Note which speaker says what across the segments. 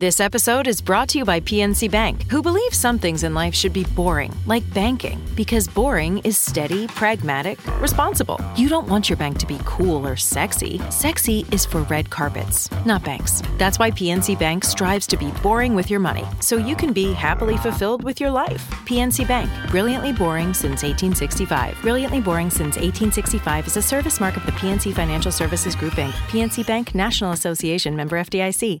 Speaker 1: This episode is brought to you by PNC Bank, who believes some things in life should be boring, like banking, because boring is steady, pragmatic, responsible. You don't want your bank to be cool or sexy. Sexy is for red carpets, not banks. That's why PNC Bank strives to be boring with your money, so you can be happily fulfilled with your life. PNC Bank, brilliantly boring since 1865. Brilliantly boring since 1865 is a service mark of the PNC Financial Services Group Inc., PNC Bank National Association member FDIC.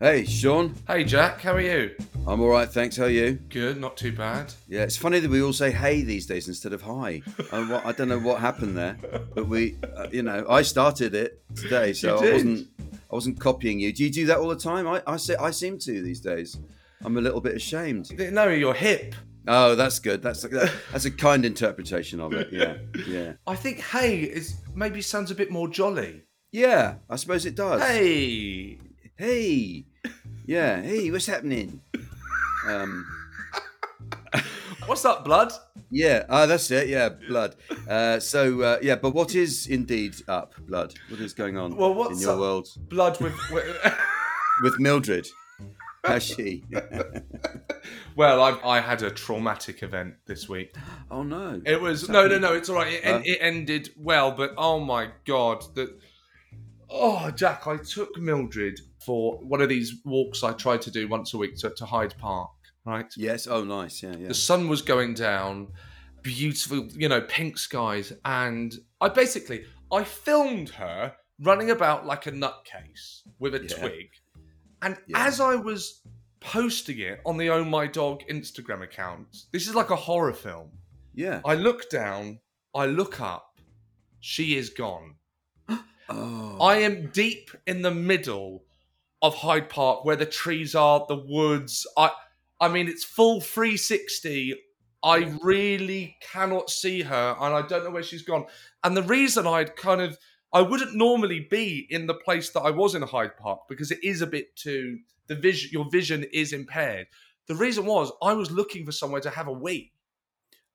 Speaker 2: Hey, Sean.
Speaker 3: Hey Jack, how are you?
Speaker 2: I'm all right, thanks. How are you?
Speaker 3: Good, not too bad.
Speaker 2: Yeah, it's funny that we all say "hey" these days instead of "hi." And what, I don't know what happened there, but we, uh, you know, I started it today, so
Speaker 3: did.
Speaker 2: I wasn't, I wasn't copying you. Do you do that all the time? I, I say, I seem to these days. I'm a little bit ashamed.
Speaker 3: No, you're hip.
Speaker 2: Oh, that's good. That's that, that's a kind interpretation of it. Yeah, yeah,
Speaker 3: I think hey is maybe sounds a bit more jolly.
Speaker 2: yeah. I suppose it does.
Speaker 3: Hey.
Speaker 2: hey, yeah, hey, what's happening? Um.
Speaker 3: What's up, blood?
Speaker 2: Yeah, ah, that's it. Yeah, blood. Uh, so uh, yeah, but what is indeed up, blood? What is going on
Speaker 3: Well, what's
Speaker 2: in your
Speaker 3: up?
Speaker 2: world
Speaker 3: Blood with- with
Speaker 2: with Mildred? Has she?
Speaker 3: Well, I, I had a traumatic event this week.
Speaker 2: oh no!
Speaker 3: It was no, no, no. It's all right. It, en- it ended well, but oh my god, that oh Jack, I took Mildred for one of these walks I tried to do once a week to, to Hyde Park. Right,
Speaker 2: Yes. Oh, nice. Yeah, yeah.
Speaker 3: the sun was going down, beautiful, you know, pink skies, and I basically I filmed her running about like a nutcase with a
Speaker 2: Yeah.
Speaker 3: twig, and
Speaker 2: Yeah.
Speaker 3: as I was posting it on the Oh My Dog Instagram account, this is like a horror film.
Speaker 2: Yeah.
Speaker 3: I look down, I look up, she is gone.
Speaker 2: oh.
Speaker 3: I am deep in the middle of Hyde Park where the trees are, the woods. I I mean it's full 360. I really cannot see her and I don't know where she's gone. And the reason I'd kind of I wouldn't normally be in the place that I was in Hyde Park because it is a bit too the vision your vision is impaired. The reason was I was looking for somewhere to have a wee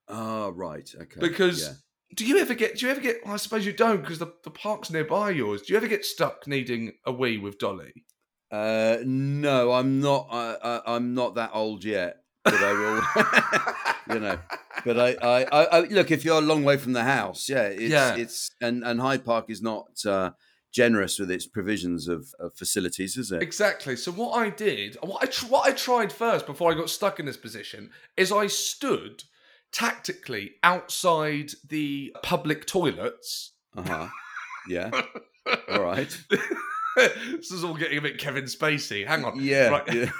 Speaker 2: Ah, right. Okay.
Speaker 3: because
Speaker 2: yeah.
Speaker 3: do you ever get do you ever get well, i suppose you don't because the, the park's nearby yours do you ever get stuck needing a wee with dolly
Speaker 2: Uh, no, I'm not. I, I, I'm not that old yet, but I will. you know, but I, I, I, I look. If you're a long way from the house, yeah, it's,
Speaker 3: Yeah.
Speaker 2: it's and and Hyde Park is not uh, generous with its provisions of, of facilities, is it?
Speaker 3: exactly so what i did what I, tr- what I tried first before i got stuck in this position is i stood tactically outside the public toilets
Speaker 2: Uh huh. Yeah. All right.
Speaker 3: this is all getting a bit kevin spacey hang on
Speaker 2: Yeah.
Speaker 3: Right.
Speaker 2: yeah.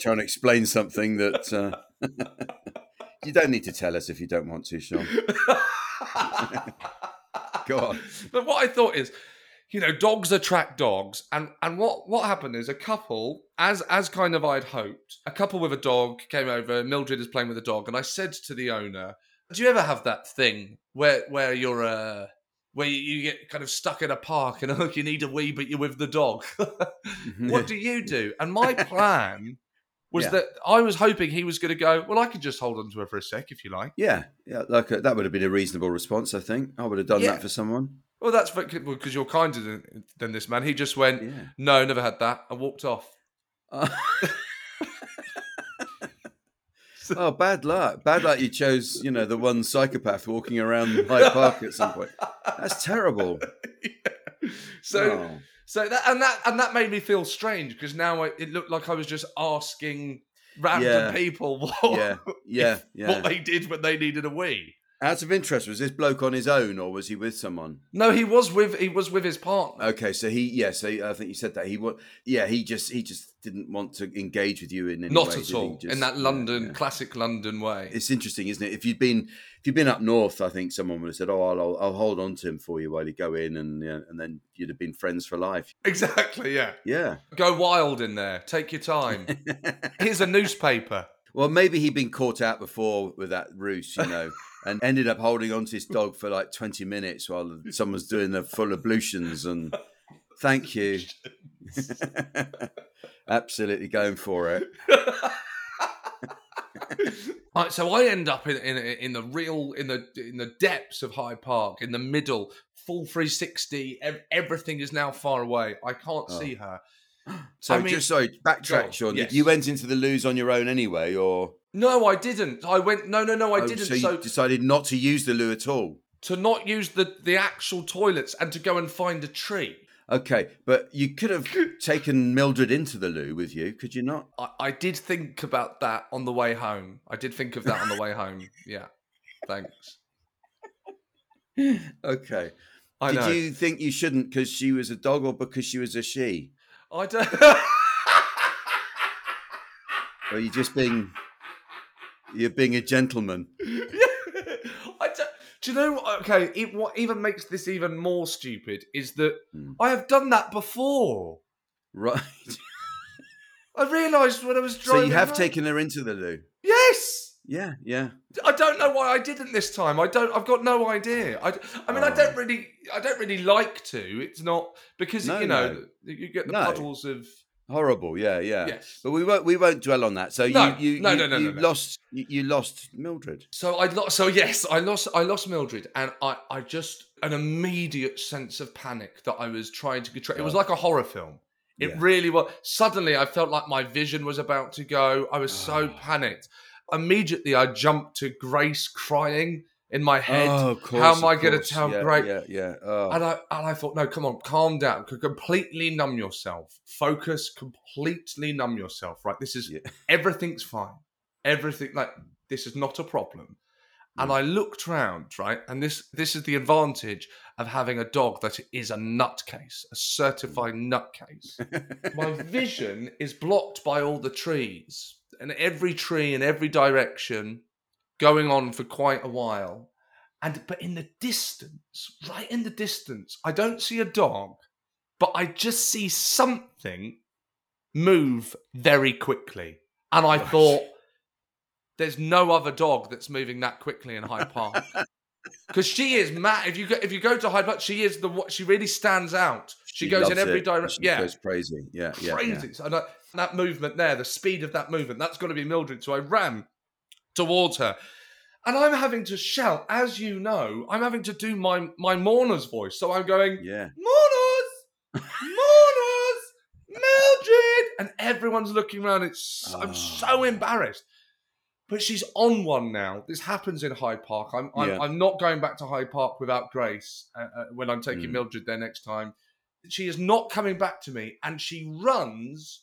Speaker 2: Trying to explain something that uh, you don't need to tell us if you don't want to, Sean. Go on.
Speaker 3: But what I thought is, you know, dogs attract dogs, and and what what happened is a couple, as as kind of I'd hoped, a couple with a dog came over. Mildred is playing with a dog, and I said to the owner, "Do you ever have that thing where where you're uh where you, you get kind of stuck in a park and look, you need a wee, but you're with the dog? what do you do?" And my plan was
Speaker 2: Yeah.
Speaker 3: that I was hoping he was going to go. Well, I could just hold on to her for a sec if you like.
Speaker 2: Yeah, yeah, like uh that would have been a reasonable response. I think I would have done
Speaker 3: Yeah.
Speaker 2: that for someone.
Speaker 3: Well, that's because you're kinder than, than this man. He just went,
Speaker 2: Yeah.
Speaker 3: "No, never had that," and walked off.
Speaker 2: Uh, oh, bad luck! Bad luck. You chose, you know, the one psychopath walking around Hyde Park at some point. That's terrible.
Speaker 3: So.
Speaker 2: Oh.
Speaker 3: So that and that and that made me feel strange because now I, it looked like I was just asking random
Speaker 2: Yeah.
Speaker 3: people what,
Speaker 2: Oh, yeah, yeah, yeah.
Speaker 3: what they did when they needed a wee.
Speaker 2: Out of interest, was this bloke on his own or was he with someone?
Speaker 3: No, he was with he was with his partner.
Speaker 2: Okay, so he, yeah, so I think you said that he was, yeah, he just, he just didn't want to engage with you in any
Speaker 3: Not
Speaker 2: way, Oh, did
Speaker 3: at
Speaker 2: he?
Speaker 3: all
Speaker 2: Just-
Speaker 3: in that
Speaker 2: yeah,
Speaker 3: London
Speaker 2: yeah.
Speaker 3: classic London way.
Speaker 2: It's interesting, isn't it? If you'd been, if you'd been up north, I think someone would have said, "Oh, I'll, I'll, I'll hold on to him for you while you go in," and yeah, and then you'd have been friends for life.
Speaker 3: exactly, yeah.
Speaker 2: Yeah.
Speaker 3: Go wild in there. Take your time. Here's a newspaper.
Speaker 2: Well, maybe he'd been caught out before with that ruse, you know, and ended up holding on to his dog for like 20 minutes while someone's doing the full ablutions and thank you. Absolutely going for it.
Speaker 3: Right, so I end up in, in in the real in the in the depths of Hyde Park, in the middle, full 360. Ev- everything is now far away. I can't
Speaker 2: Oh.
Speaker 3: see her.
Speaker 2: So
Speaker 3: I mean-
Speaker 2: just sorry, backtrack,
Speaker 3: Go,
Speaker 2: Sean.
Speaker 3: yes.
Speaker 2: You went into the lose on your own anyway, or
Speaker 3: No, I didn't. I went. No, no, no, I
Speaker 2: Oh,
Speaker 3: didn't.
Speaker 2: so
Speaker 3: So,
Speaker 2: you decided not to use the loo at all.
Speaker 3: to not use the the actual toilets and to go and find a tree.
Speaker 2: Okay, but you could have taken Mildred into the loo with you, could you not?
Speaker 3: I, I did think about that on the way home. I did think of that on the way home. Yeah, thanks.
Speaker 2: Okay.
Speaker 3: I
Speaker 2: Did
Speaker 3: know.
Speaker 2: you think you shouldn't because she was a dog or because she was a she?
Speaker 3: I don't.
Speaker 2: Or are you just being you're being a gentleman?
Speaker 3: I don't. Do you know? what- Okay, it, what even makes this even more stupid is that
Speaker 2: Hmm.
Speaker 3: I have done that before.
Speaker 2: Right.
Speaker 3: I realised when I was driving.
Speaker 2: so you have
Speaker 3: home-
Speaker 2: taken her into the loo.
Speaker 3: Yes.
Speaker 2: Yeah, yeah.
Speaker 3: I don't know why I didn't this time. I don't. I've got no idea. I, I mean, I
Speaker 2: Oh.
Speaker 3: don't really. I don't really like to. It's not because
Speaker 2: No,
Speaker 3: you know
Speaker 2: no.
Speaker 3: you get the
Speaker 2: No.
Speaker 3: puddles of
Speaker 2: Horrible, yeah, yeah.
Speaker 3: yes.
Speaker 2: But we won't we won't dwell on that. So
Speaker 3: No,
Speaker 2: you you,
Speaker 3: no,
Speaker 2: you,
Speaker 3: no, no,
Speaker 2: you
Speaker 3: no, no.
Speaker 2: lost you, you lost Mildred.
Speaker 3: So I lost. So yes, I lost. I lost Mildred, and I, I just an immediate sense of panic that I was trying to control. It was
Speaker 2: Yeah.
Speaker 3: like a horror film. It
Speaker 2: Yeah.
Speaker 3: really was. Suddenly, I felt like my vision was about to go. I was so
Speaker 2: Ah.
Speaker 3: panicked. Immediately, I jumped to Grace crying in my head.
Speaker 2: oh, of course.
Speaker 3: how am
Speaker 2: of
Speaker 3: I gonna
Speaker 2: course.
Speaker 3: tell
Speaker 2: yeah,
Speaker 3: Grace-
Speaker 2: Yeah, yeah. Oh.
Speaker 3: And I and I thought, no, come on, calm down. C- Completely numb yourself. Focus. Completely numb yourself. Right. This is
Speaker 2: Yeah.
Speaker 3: everything's fine. Everything like this is not a problem. And I looked round, right, and this this is the advantage of having a dog that is a nutcase, a certified
Speaker 2: Mm.
Speaker 3: nutcase. My vision is blocked by all the trees, and every tree in every direction, going on for quite a while. And but in the distance, right in the distance, I don't see a dog, but I just see something move very quickly. And I
Speaker 2: Right.
Speaker 3: thought, there's no other dog that's moving that quickly in Hyde Park. Because she is mad. If you go, if you go to Hyde Park, she is the what she really stands out. She, goes in
Speaker 2: loves
Speaker 3: every
Speaker 2: it, and
Speaker 3: direction.
Speaker 2: She
Speaker 3: Yeah,
Speaker 2: goes crazy. Yeah, yeah,
Speaker 3: crazy.
Speaker 2: yeah.
Speaker 3: So that, that movement there, the speed of that movement, that's got to be Mildred. So I ran towards her, and I'm having to shout, as you know, I'm having to do my my mourner's voice. So I'm going,
Speaker 2: Yeah.
Speaker 3: mourners, mourners, Mildred, and everyone's looking around. It's so, I'm so
Speaker 2: Oh.
Speaker 3: embarrassed. But she's on one now. This happens in Hyde Park. I'm I'm,
Speaker 2: Yeah.
Speaker 3: I'm not going back to Hyde Park without Grace uh, uh, when I'm taking
Speaker 2: Mm.
Speaker 3: Mildred there next time. She is not coming back to me, and she runs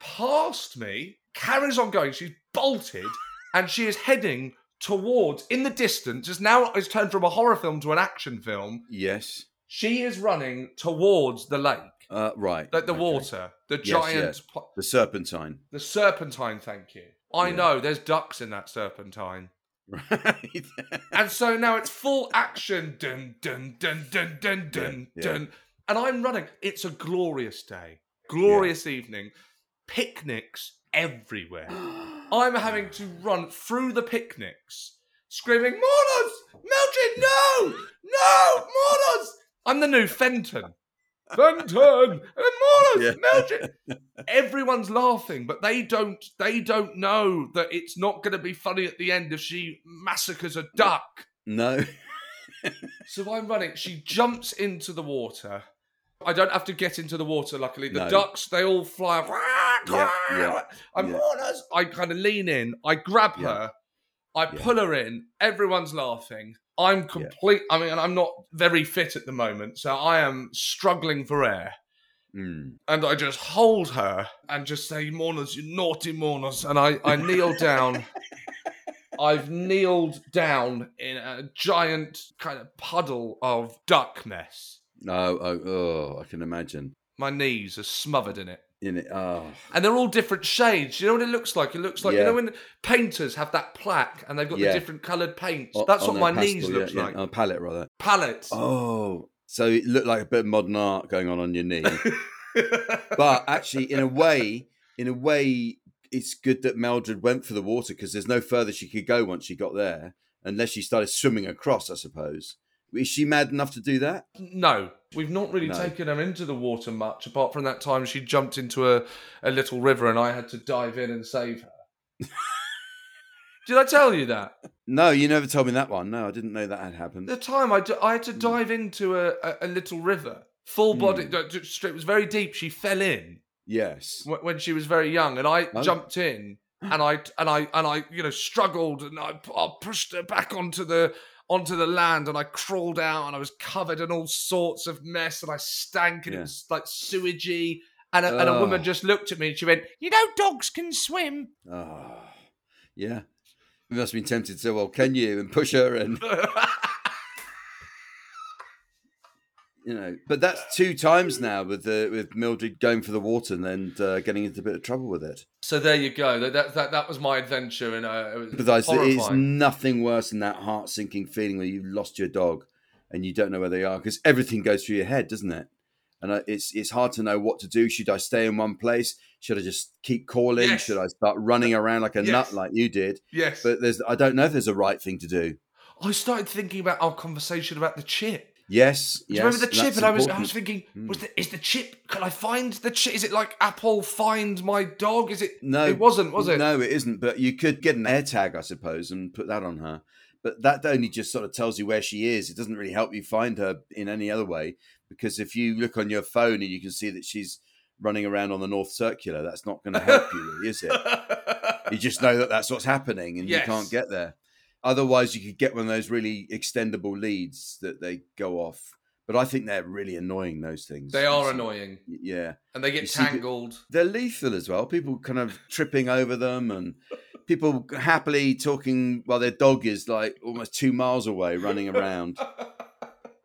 Speaker 3: past me, carries on going. She's bolted, and she is heading towards in the distance. It's now it's turned from a horror film to an action film.
Speaker 2: Yes.
Speaker 3: She is running towards the lake,
Speaker 2: Uh, right.
Speaker 3: like the
Speaker 2: okay.
Speaker 3: water, the
Speaker 2: Yes,
Speaker 3: giant,
Speaker 2: yes.
Speaker 3: pl-
Speaker 2: The serpentine.
Speaker 3: the serpentine. Thank you. I
Speaker 2: Yeah.
Speaker 3: know there's ducks in that serpentine,
Speaker 2: Right.
Speaker 3: and so now it's full action. Dun dun dun dun dun dun
Speaker 2: Yeah, yeah.
Speaker 3: dun. And and I'm running. It's a glorious day, glorious evening, picnics everywhere. I'm having to run through the picnics, screaming, Mourners! Mildred, no! No! Mourners! I'm the new Fenton. Fenton! And Mourners! Mildred! Everyone's laughing, but they don't they don't know that it's not gonna be funny at the end if she massacres a duck.
Speaker 2: No.
Speaker 3: So I'm running. She jumps into the water. I don't have to get into the water, luckily. The
Speaker 2: No.
Speaker 3: ducks, they all fly. up.
Speaker 2: Yeah, yeah,
Speaker 3: I'm
Speaker 2: yeah.
Speaker 3: "Mourners!" I kind of lean in. I grab
Speaker 2: Yeah.
Speaker 3: her. I
Speaker 2: Yeah.
Speaker 3: pull her in. Everyone's laughing. I'm complete. I mean, and I'm not very fit at the moment, so I am struggling for air.
Speaker 2: Mm.
Speaker 3: And I just hold her and just say, Mourners, you naughty mourners. And I, I kneel down. I've kneeled down in a giant kind of puddle of duck mess.
Speaker 2: Oh, oh, oh, I can imagine.
Speaker 3: My knees are smothered in it.
Speaker 2: In it. Oh,
Speaker 3: And they're all different shades. You know what it looks like? It looks like, you
Speaker 2: Yeah.
Speaker 3: know, when painters have that plaque and they've got
Speaker 2: Yeah.
Speaker 3: the different coloured paints.
Speaker 2: o-
Speaker 3: That's
Speaker 2: on
Speaker 3: what my
Speaker 2: their
Speaker 3: knees
Speaker 2: pastel, yeah,
Speaker 3: looks
Speaker 2: yeah, um,
Speaker 3: like.
Speaker 2: On a palette, rather.
Speaker 3: Palettes.
Speaker 2: Oh, so it looked like a bit of modern art going on on your knee. but actually, in a way, in a way, it's good that Mildred went for the water because there's no further she could go once she got there, unless she started swimming across. I suppose. Is she mad enough to do that?
Speaker 3: No, we've not really
Speaker 2: No.
Speaker 3: taken her into the water much, apart from that time she jumped into a, a little river and I had to dive in and save her. Did I tell you that?
Speaker 2: No, you never told me that one. No, I didn't know that had happened.
Speaker 3: The time I, d- I had to dive into a, a, a little river, full body, it was very deep. She fell in
Speaker 2: Yes.
Speaker 3: wh- when she was very young, and I
Speaker 2: Oh.
Speaker 3: jumped in and I and I and I you know struggled and I, I pushed her back onto the onto the land and I crawled out and I was covered in all sorts of mess and I stank and
Speaker 2: Yeah.
Speaker 3: it was like sewagey. And a, and a woman
Speaker 2: Ugh.
Speaker 3: just looked at me and she went, "You know, dogs can swim."
Speaker 2: Oh, yeah. You must have been tempted to say, well, can you? And push her and, you know. But that's two times now with the, with Mildred going for the water and then uh, getting into a bit of trouble with it.
Speaker 3: so there you go. That that that, that was my adventure, and uh, it was
Speaker 2: But it's, it's
Speaker 3: horrifying.
Speaker 2: nothing worse than that heart sinking feeling where you've lost your dog and you don't know where they are because everything goes through your head, doesn't it? And I- it's it's hard to know what to do. Should I stay in one place? Should I just keep calling?
Speaker 3: Yes. Uh,
Speaker 2: Should I start running around like a
Speaker 3: Yes.
Speaker 2: nut like you did?
Speaker 3: yes,
Speaker 2: But there's I don't know if there's a right thing to do.
Speaker 3: I started thinking about our conversation about the chip.
Speaker 2: Yes,
Speaker 3: Do
Speaker 2: yes.
Speaker 3: you remember the chip?
Speaker 2: that's
Speaker 3: And I was, I
Speaker 2: important. Hmm.
Speaker 3: was thinking, was the, is the chip? Can I find the chip? Is it like Apple find my dog? Is it?
Speaker 2: No,
Speaker 3: it wasn't, was it?
Speaker 2: No, it isn't. But you could get an air tag, I suppose, and put that on her. But that only just sort of tells you where she is. It doesn't really help you find her in any other way because if you look on your phone and you can see that she's running around on the North Circular, that's not going to help you, really, is it? You just know that that's what's happening and you
Speaker 3: Yes.
Speaker 2: can't get there. Otherwise, you could get one of those really extendable leads that they go off. But I think they're really annoying, those things.
Speaker 3: they are
Speaker 2: So-
Speaker 3: annoying,
Speaker 2: Yeah
Speaker 3: and they
Speaker 2: You
Speaker 3: get
Speaker 2: see the-
Speaker 3: tangled.
Speaker 2: they're lethal as well. People kind of tripping over them and people happily talking while their dog is like almost two miles away running around.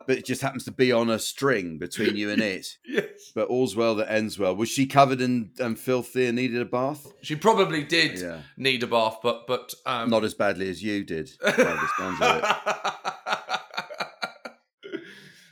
Speaker 2: But it just happens to be on a string between you and it.
Speaker 3: Yes,
Speaker 2: But all's well that ends well. Was she covered and, and filthy and needed a bath?
Speaker 3: she probably did
Speaker 2: Yeah.
Speaker 3: need a bath, but but um,
Speaker 2: Not as badly as you did. by the sounds of it.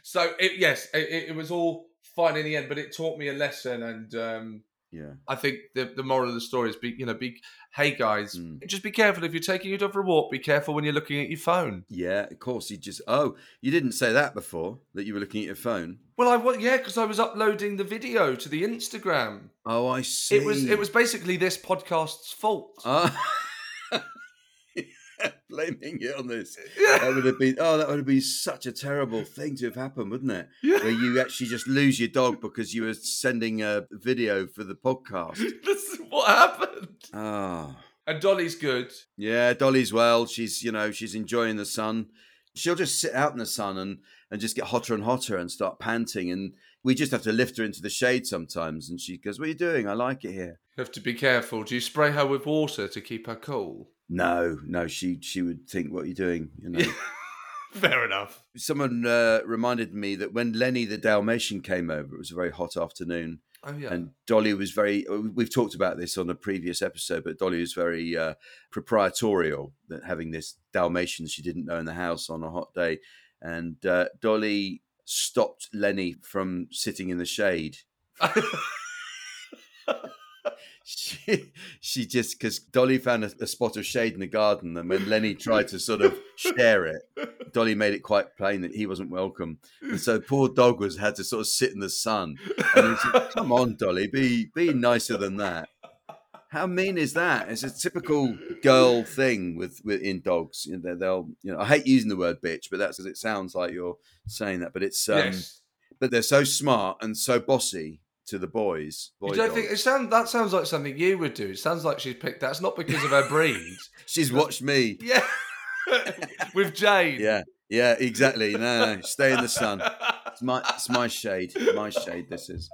Speaker 3: so it, yes, it- it, it was all fine in the end, but it taught me a lesson, and um,
Speaker 2: Yeah.
Speaker 3: I think the, the moral of the story is be you know be hey guys,
Speaker 2: Mm.
Speaker 3: just be careful if you're taking your dog for a walk. Be careful when you're looking at your phone.
Speaker 2: Yeah, of course. You just, oh, you didn't say that before, that you were looking at your phone.
Speaker 3: Well, I was yeah, because I was uploading the video to the Instagram.
Speaker 2: Oh, I see.
Speaker 3: It was it was basically this podcast's fault.
Speaker 2: Ah. blaming it on this. That would have been oh, that would have been such a terrible thing to have happened, wouldn't it?
Speaker 3: Yeah.
Speaker 2: Where you actually just lose your dog because you were sending a video for the podcast.
Speaker 3: this is what happened.
Speaker 2: Ah,
Speaker 3: And Dolly's good.
Speaker 2: yeah, Dolly's well. She's you know she's enjoying the sun. She'll just sit out in the sun and and just get hotter and hotter and start panting. And we just have to lift her into the shade sometimes. And she goes, "What are you doing? I like it here."
Speaker 3: You have to be careful. Do you spray her with water to keep her cool?
Speaker 2: No, no, she she would think, "What are you doing?" You know.
Speaker 3: Fair enough.
Speaker 2: someone uh, reminded me that when Lenny the Dalmatian came over, it was a very hot afternoon,
Speaker 3: Oh yeah.
Speaker 2: and Dolly was very. uh, We've talked about this on a previous episode, but Dolly was very uh, proprietorial that having this Dalmatian she didn't know in the house on a hot day, and uh, Dolly stopped Lenny from sitting in the shade. she, she just because Dolly found a, a spot of shade in the garden, and when Lenny tried to sort of share it, Dolly made it quite plain that he wasn't welcome, and so poor dog was had to sort of sit in the sun. And he said, "Come on, Dolly, be be nicer than that." How mean is that? It's a typical girl thing with, with in dogs. You know, they'll you know I hate using the word bitch, but that's because it sounds like you're saying that. But it's um,
Speaker 3: yes.
Speaker 2: but they're so smart and so bossy to the boys. Boy
Speaker 3: You don't
Speaker 2: dogs.
Speaker 3: think it sound, that sounds like something you would do? It sounds like she's picked that's not because of her breed.
Speaker 2: She's watched me.
Speaker 3: yeah. With Jane.
Speaker 2: Yeah, yeah, exactly. No, no, stay in the sun. It's my it's my shade. My shade. This is.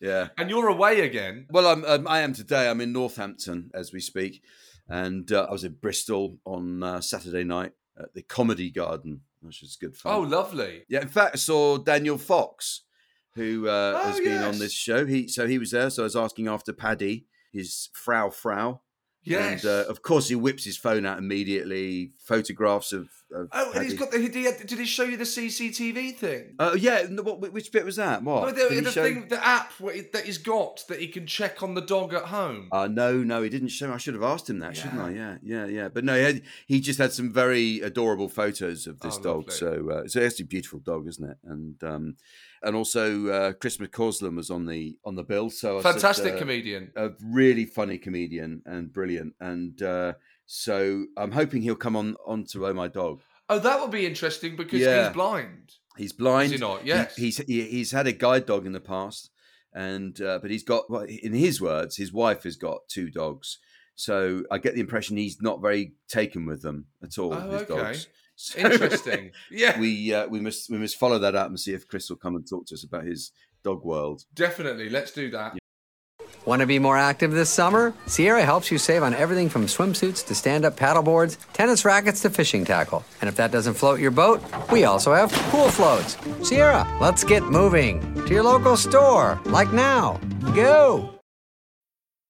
Speaker 2: Yeah.
Speaker 3: And you're away again.
Speaker 2: Well, I'm um, I am today. I'm in Northampton as we speak, and uh, I was in Bristol on uh, Saturday night at the Comedy Garden, which is good fun.
Speaker 3: Oh, lovely.
Speaker 2: Yeah, in fact, I saw Daniel Fox, who uh,
Speaker 3: Oh,
Speaker 2: has been on
Speaker 3: yes.
Speaker 2: this show. He so he was there. So I was asking after Paddy, his Frau Frau.
Speaker 3: Yes.
Speaker 2: And uh, of course, he whips his phone out immediately. Photographs of. of
Speaker 3: oh, and he's
Speaker 2: Paddy.
Speaker 3: got the. Did he, did he show you the CCTV thing?
Speaker 2: Oh yeah, no, what, which bit was that? What?
Speaker 3: Oh,
Speaker 2: Did
Speaker 3: the,
Speaker 2: he
Speaker 3: the
Speaker 2: show-
Speaker 3: thing, the app where he- that he's got that he can check on the dog at home.
Speaker 2: Uh, no, no, he didn't show. I should have asked him that, shouldn't I? Yeah, yeah, yeah. But no, he, had, he just had some very adorable photos of this
Speaker 3: Oh,
Speaker 2: dog.
Speaker 3: lovely.
Speaker 2: So uh, it's actually a beautiful dog, isn't it? And um, and also uh, Chris McCausland was on the on the bill. So I said,
Speaker 3: Fantastic
Speaker 2: uh,
Speaker 3: comedian.
Speaker 2: a really funny comedian and brilliant. And uh, so I'm hoping he'll come on on to Oh My Dog.
Speaker 3: Oh, that would be interesting because
Speaker 2: Yeah.
Speaker 3: he's blind.
Speaker 2: He's blind.
Speaker 3: Is he not? Yes.
Speaker 2: He, he's he, he's had a guide dog in the past, and uh, but he's got well, in his words, his wife has got two dogs. So I get the impression he's not very taken with them at all.
Speaker 3: Oh,
Speaker 2: his
Speaker 3: okay.
Speaker 2: dogs. So
Speaker 3: Interesting. yeah,
Speaker 2: we uh, we must we must follow that up and see if Chris will come and talk to us about his dog world.
Speaker 3: definitely. Let's do that.
Speaker 4: Want to be more active this summer? Sierra helps you save on everything from swimsuits to stand up paddleboards, tennis rackets to fishing tackle. And if that doesn't float your boat, we also have pool floats. Sierra, let's get moving to your local store, like now. Go!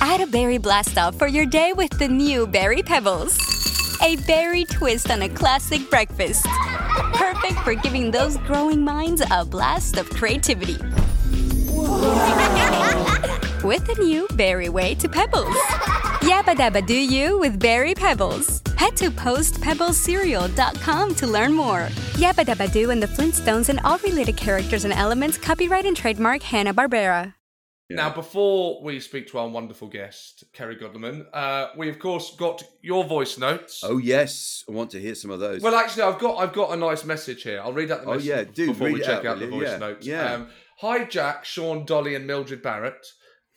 Speaker 5: Add a berry blast off for your day with the new Berry Pebbles. A berry twist on a classic breakfast. Perfect for giving those growing minds a blast of creativity. with the new Berry Way to Pebbles. Yabba dabba do you with Berry Pebbles. Head to postpebblescereal.com to learn more. Yabba dabba do and the Flintstones and all related characters and elements, copyright and trademark Hanna-Barbera.
Speaker 3: Now, before we speak to our wonderful guest, Kerry Godleman, uh, we of course got your voice notes.
Speaker 2: Oh yes, I want to hear some of those.
Speaker 3: Well, actually, I've got I've got a nice message here. I'll read out the
Speaker 2: Oh,
Speaker 3: message
Speaker 2: yeah, do,
Speaker 3: before
Speaker 2: read
Speaker 3: we
Speaker 2: it
Speaker 3: check
Speaker 2: out,
Speaker 3: out, the
Speaker 2: will you?
Speaker 3: voice
Speaker 2: Yeah,
Speaker 3: notes.
Speaker 2: yeah.
Speaker 3: Um, Hi, Jack, Sean, Dolly, and Mildred Barrett.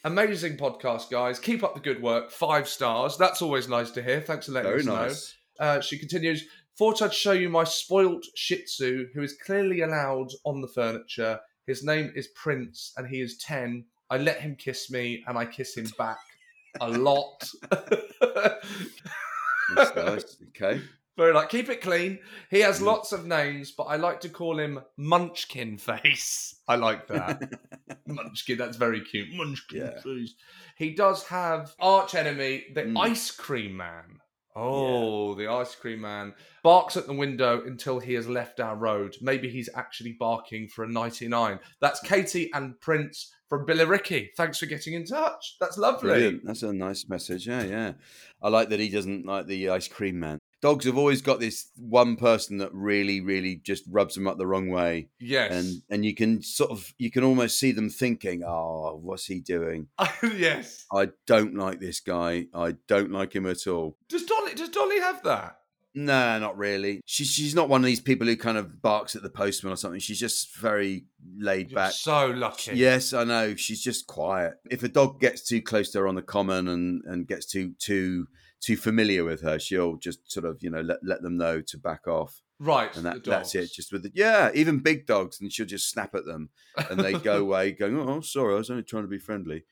Speaker 3: Amazing podcast, guys. Keep up the good work. Five stars. That's always nice to hear. Thanks for letting
Speaker 2: very
Speaker 3: us
Speaker 2: nice.
Speaker 3: know. Uh, she continues. Thought I'd show you my spoilt Shih Tzu, who is clearly allowed on the furniture. His name is Prince, and he is ten. I let him kiss me, and I kiss him back a lot.
Speaker 2: That's nice. Okay.
Speaker 3: Very like, keep it clean. He has
Speaker 2: Mm.
Speaker 3: lots of names, but I like to call him Munchkin Face. I like that. Munchkin, that's very cute. Munchkin
Speaker 2: Yeah.
Speaker 3: Face. He does have arch enemy, the
Speaker 2: Mm.
Speaker 3: Ice Cream Man. Oh, the Ice Cream Man barks at the window until he has left our road. Maybe he's actually barking for a 99. That's Katie and Prince from Billericay. Thanks for getting in touch. That's lovely.
Speaker 2: Brilliant. That's a nice message. Yeah, yeah. I like that he doesn't like the ice cream man. Dogs have always got this one person that really, really just rubs them up the wrong way,
Speaker 3: Yes.
Speaker 2: and and you can sort of you can almost see them thinking, "Oh, what's he doing?
Speaker 3: yes.
Speaker 2: I don't like this guy. I don't like him at all."
Speaker 3: Does Dolly does Dolly have that?
Speaker 2: No, not really. She, she's not one of these people who kind of barks at the postman or something. She's just very laid
Speaker 3: You're
Speaker 2: back.
Speaker 3: so lucky.
Speaker 2: Yes, I know. She's just quiet. If a dog gets too close to her on the common and and gets too too too familiar with her, she'll just sort of you know let let them know to back off.
Speaker 3: Right.
Speaker 2: and
Speaker 3: the
Speaker 2: that, that's it.
Speaker 3: dogs.
Speaker 2: Just with the, yeah, even big dogs, and she'll just snap at them, and they go away, going, "Oh, sorry, I was only trying to be friendly."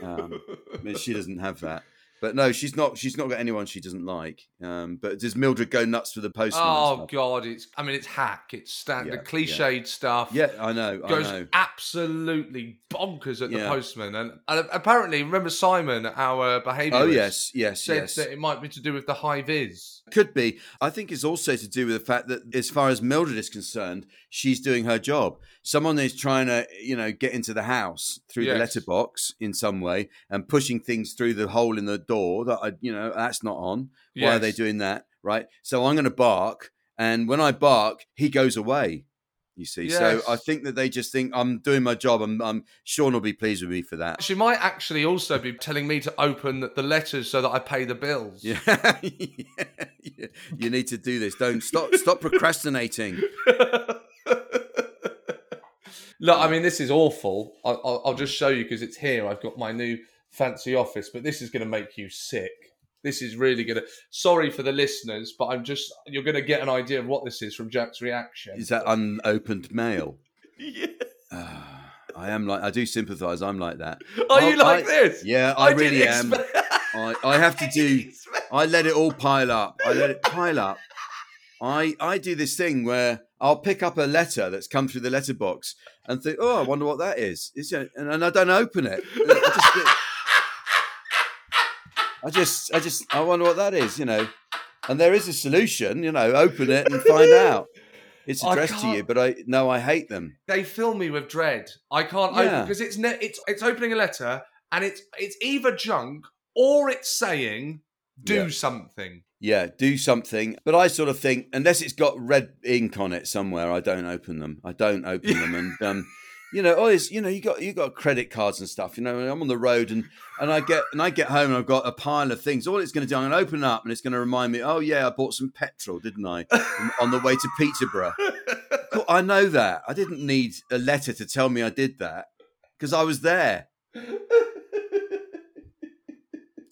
Speaker 2: Um, I mean, she doesn't have that, but no, she's not. She's not got anyone she doesn't like. Um, but does Mildred go nuts for the postman? and
Speaker 3: Oh
Speaker 2: stuff?
Speaker 3: god, it's I mean it's hack, it's standard
Speaker 2: Yeah, yeah.
Speaker 3: cliched stuff.
Speaker 2: yeah, I know, I
Speaker 3: goes
Speaker 2: know.
Speaker 3: absolutely bonkers at the
Speaker 2: Yeah.
Speaker 3: postman. And, and apparently, remember Simon, our behaviourist?
Speaker 2: Oh yes, yes,
Speaker 3: said
Speaker 2: yes.
Speaker 3: that it might be to do with the high vis.
Speaker 2: Could be. I think it's also to do with the fact that, as far as Mildred is concerned, she's doing her job. Someone is trying to, you know, get into the house through the
Speaker 3: Yes.
Speaker 2: letterbox in some way and pushing things through the hole in the door that I, you know, that's not on. Why are they
Speaker 3: Yes.
Speaker 2: doing that? Right. So I'm going to bark, and when I bark, he goes away. You see. So
Speaker 3: Yes.
Speaker 2: I think that they just think I'm doing my job. I'm, I'm Sean will be pleased with me for that.
Speaker 3: She might actually also be telling me to open the letters so that I pay the bills.
Speaker 2: Yeah. Yeah. you need to do this. Don't stop. Stop procrastinating.
Speaker 3: Look, I mean, this is awful. I- I'll, I'll just show you because it's here. I've got my new fancy office, but this is going to make you sick. This is really going to. Sorry for the listeners, but I'm just. You're going to get an idea of what this is from Jack's reaction.
Speaker 2: Is that unopened mail? Ah, I am like I do sympathise. I'm like that.
Speaker 3: Are
Speaker 2: Oh,
Speaker 3: you like
Speaker 2: I-
Speaker 3: this?
Speaker 2: Yeah, I,
Speaker 3: didn't
Speaker 2: really am.
Speaker 3: expect-
Speaker 2: I, I have to do. I let it all pile up. I let it pile up. I I do this thing where I'll pick up a letter that's come through the letterbox and think, oh, I wonder what that is. Is it? And, and I don't open it. I just, I just, I just, I wonder what that is. You know, and there is a solution. You know, open it and find out. It's
Speaker 3: I
Speaker 2: addressed to you,
Speaker 3: can't-
Speaker 2: but I no, I hate them.
Speaker 3: they fill me with dread. I can't open
Speaker 2: Yeah.
Speaker 3: because it's ne- it's it's opening a letter and it's it's either junk or it's saying do
Speaker 2: Yeah.
Speaker 3: something.
Speaker 2: Yeah, do something. But I sort of think unless it's got red ink on it somewhere, I don't open them. I don't open them, and um, you know, oh, it's, you know, you got you got credit cards and stuff. You know, and I'm on the road, and and I get and I get home, and I've got a pile of things. All it's going to do, I'm going to open it up, and it's going to remind me, oh yeah, I bought some petrol, didn't I, on- on the way to Peterborough? Cool, I know that. I didn't need a letter to tell me I did that because I was there.